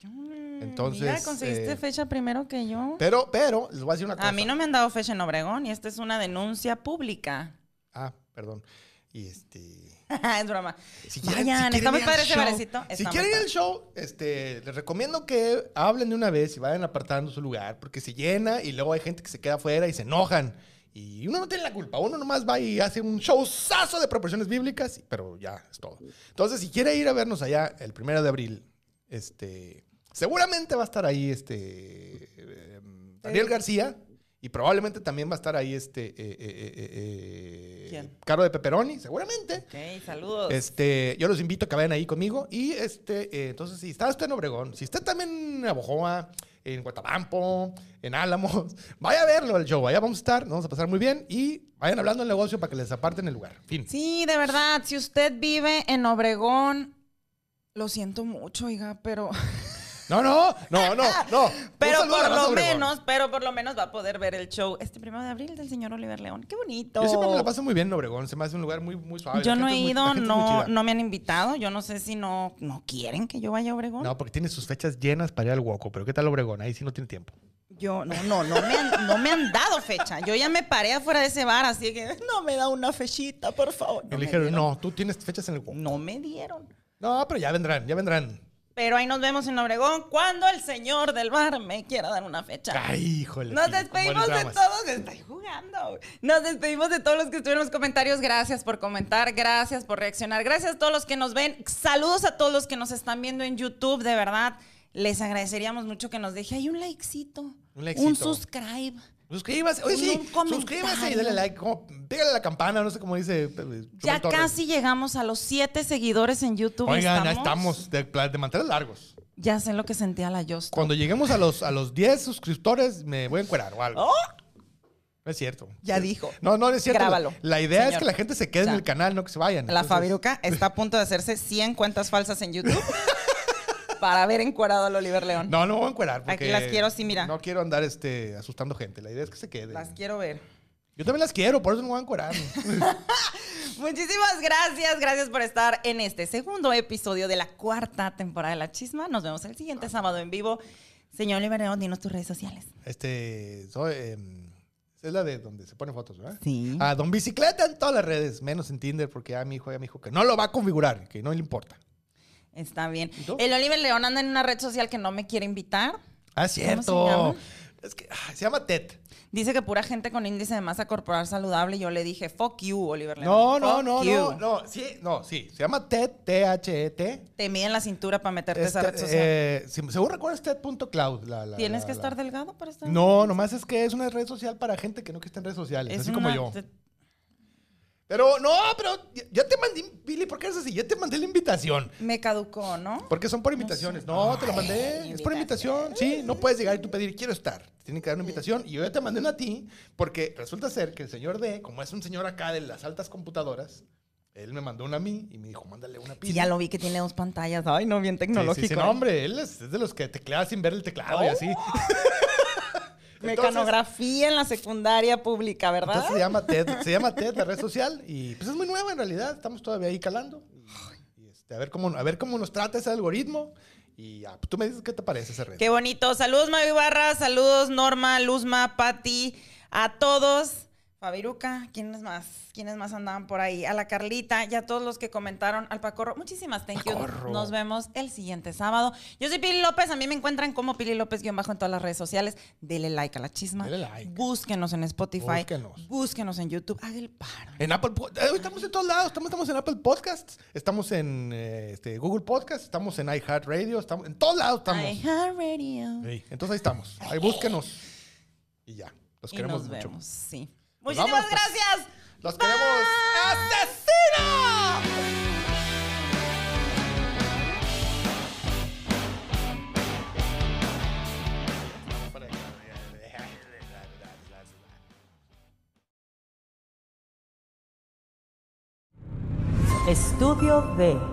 Mm,
Entonces,
Mira, conseguiste
eh,
fecha primero que yo.
Pero, pero, les voy a decir una cosa.
A mí no me han dado fecha en Obregón y esta es una denuncia pública.
Ah, perdón. Y este.
es broma.
Si quieren-
Vayan,
si
está
quieren
muy
ir
padre
al
ese
show,
barecito.
Si
está muy
quieren ir
padre.
al show, este, les recomiendo que hablen de una vez y vayan apartando su lugar, porque se llena y luego hay gente que se queda afuera y se enojan. Y uno no tiene la culpa, uno nomás va y hace un showzazo de proporciones bíblicas, pero ya es todo. Entonces, si quiere ir a vernos allá el primero de abril, este, seguramente va a estar ahí este eh, Daniel García y probablemente también va a estar ahí este eh, eh, eh, eh, eh,
¿Quién?
Caro de Pepperoni, seguramente.
Ok, saludos.
Este, yo los invito a que vayan ahí conmigo. Y este, eh, entonces, si está usted en Obregón, si está también en Abojoa, en Guatabampo, en Álamos, vaya a verlo el show. Allá vamos a estar, nos vamos a pasar muy bien. Y vayan hablando del negocio para que les aparten el lugar. Fin.
Sí, de verdad, si usted vive en Obregón, lo siento mucho, oiga, pero,
No, no, no, no, no.
pero
Un saludo a
por
la raza
lo
de Obregón.
menos, pero por lo menos va a poder ver el show este primero de abril del señor Oliver León. Qué bonito.
Yo siempre me la paso muy bien en Obregón. Se me hace un lugar muy, muy suave.
Yo
La
no he
gente es muy- la
ido,
gente es muy
no,
chida.
no me han invitado. Yo no sé si no, no quieren que yo vaya a Obregón.
No, porque tiene sus fechas llenas para ir al Huoco. Pero ¿qué tal Obregón? Ahí sí no tiene tiempo.
Yo, no, no, no me, han, no me han dado fecha. Yo ya me paré afuera de ese bar, así que no me da una fechita, por favor.
Y
No
le
me
dijeron,
dieron.
no, tú tienes fechas en el Huoco.
No me dieron.
No, pero ya vendrán, ya vendrán.
Pero ahí nos vemos en Obregón cuando el señor del bar me quiera dar una fecha.
Ay, híjole.
Nos
tío,
despedimos
buenas
de
damas.
todos. Estoy jugando. Nos despedimos de todos los que estuvieron en los comentarios. Gracias por comentar. Gracias por reaccionar. Gracias a todos los que nos ven. Saludos a todos los que nos están viendo en YouTube. De verdad, les agradeceríamos mucho que nos deje ahí un likecito.
Un likecito.
Un subscribe.
Suscríbase, oye,
Un
sí,
comentario.
suscríbase y dale like, como, pégale a la campana, no sé cómo dice. eh, Chumel
Ya
Torres.
casi llegamos a los siete seguidores en YouTube.
Oigan, ya estamos de, pla- de manteles largos.
Ya sé lo que sentía la Just.
Cuando lleguemos a los, a los 10 suscriptores, me voy a encuerar o algo.
¡Oh!
No es cierto.
Ya dijo.
No, no, no es cierto.
Grábalo,
La idea es
señor.
que la gente se quede
Ya.
en el canal, no que se vayan.
La
Entonces,
Fabiruca está a punto de hacerse 100 cuentas falsas en YouTube para ver encuadrado al Oliver León.
No, no me voy a encuerar.
Aquí
porque
las quiero así, mira.
No quiero andar este, asustando gente. La idea es que se queden.
Las quiero ver.
Yo también las quiero, por eso no me voy a encuerar.
Muchísimas gracias, gracias por estar en este segundo episodio de la cuarta temporada de La Chisma. Nos vemos el siguiente sábado en vivo. Señor Oliver León, dinos tus redes sociales.
Este, soy, em, es la de donde se ponen fotos, ¿verdad?
Sí.
A Don Bicicleta en todas las redes, menos en Tinder, porque a mi hijo ya me dijo que no lo va a configurar, que no le importa.
Está bien.
tú?
El Oliver León anda en una red social que no me quiere invitar.
Ah,
se
cierto.
llama?
Es que ah, se llama TED.
Dice que pura gente con índice de masa corporal saludable. Yo le dije, fuck you, Oliver León.
No, no,
Fuck
no,
you".
no, no, sí, no, sí. Se llama TED, T-H-E-T.
Te miden la cintura para meterte a esa
Este,
red social.
eh, si- según recuerdas, TED.cloud. La, la,
¿Tienes
la-
que
la-
estar delgado para estar?
No, nomás es que es una red social para gente que no que está en redes sociales, así como
una-
yo.
te-
Pero, no, pero ya- ya te mandé, Billy, ¿por qué eres así? Ya te mandé la invitación.
Me caducó, ¿no?
Porque son por invitaciones. No, te lo mandé. es por invitación. Sí, no puedes llegar y tú pedir, quiero estar. Te tienen que dar una invitación. Y yo ya te mandé una a ti, porque resulta ser que el señor D, como es un señor acá de las altas computadoras, él me mandó una a mí y me dijo, mándale una
Sí,
pizza.
ya lo vi que tiene dos pantallas. Ay, no, bien
Sí, sí,
tecnológico. ¿eh? Oh.
sí, no, hombre, él es, es de los que teclea sin ver el teclado y así.
Mecanografía en la secundaria pública, ¿verdad?
Entonces se llama TED, se llama TED, la red social, y pues es muy nueva en realidad, estamos todavía ahí calando. Y, este, a, ver cómo, a ver cómo nos trata ese algoritmo, y ya, pues, tú me dices qué te parece esa red.
Qué bonito. Saludos, Mavi Barra. Saludos, Norma, Luzma, Patti. A todos. Fabiruca, ¿quiénes más? ¿Quiénes más andaban por ahí? A la Carlita y a todos los que comentaron. Al Pacorro, muchísimas thank you.
Pacorro.
Nos vemos el siguiente sábado. Yo soy Pili López. A mí me encuentran como Pili López guión bajo en todas las redes sociales. Dele like a la chisma.
Dele like.
Búsquenos en Spotify.
Búsquenos.
Búsquenos en YouTube. Haga el paro.
En Apple Po- eh, estamos en todos lados, estamos, estamos en Apple Podcasts, estamos en eh, este, Google Podcasts, estamos en iHeartRadio, estamos en todos lados estamos.
iHeartRadio.
Sí, Entonces ahí estamos. Ahí búsquenos. Y ya. Los
Y
queremos
nos
mucho.
vemos. Sí.
Nos
Muchísimas
vamos, pues.
gracias.
Los
Bye.
queremos. ¡Asesinos!
Estudio B.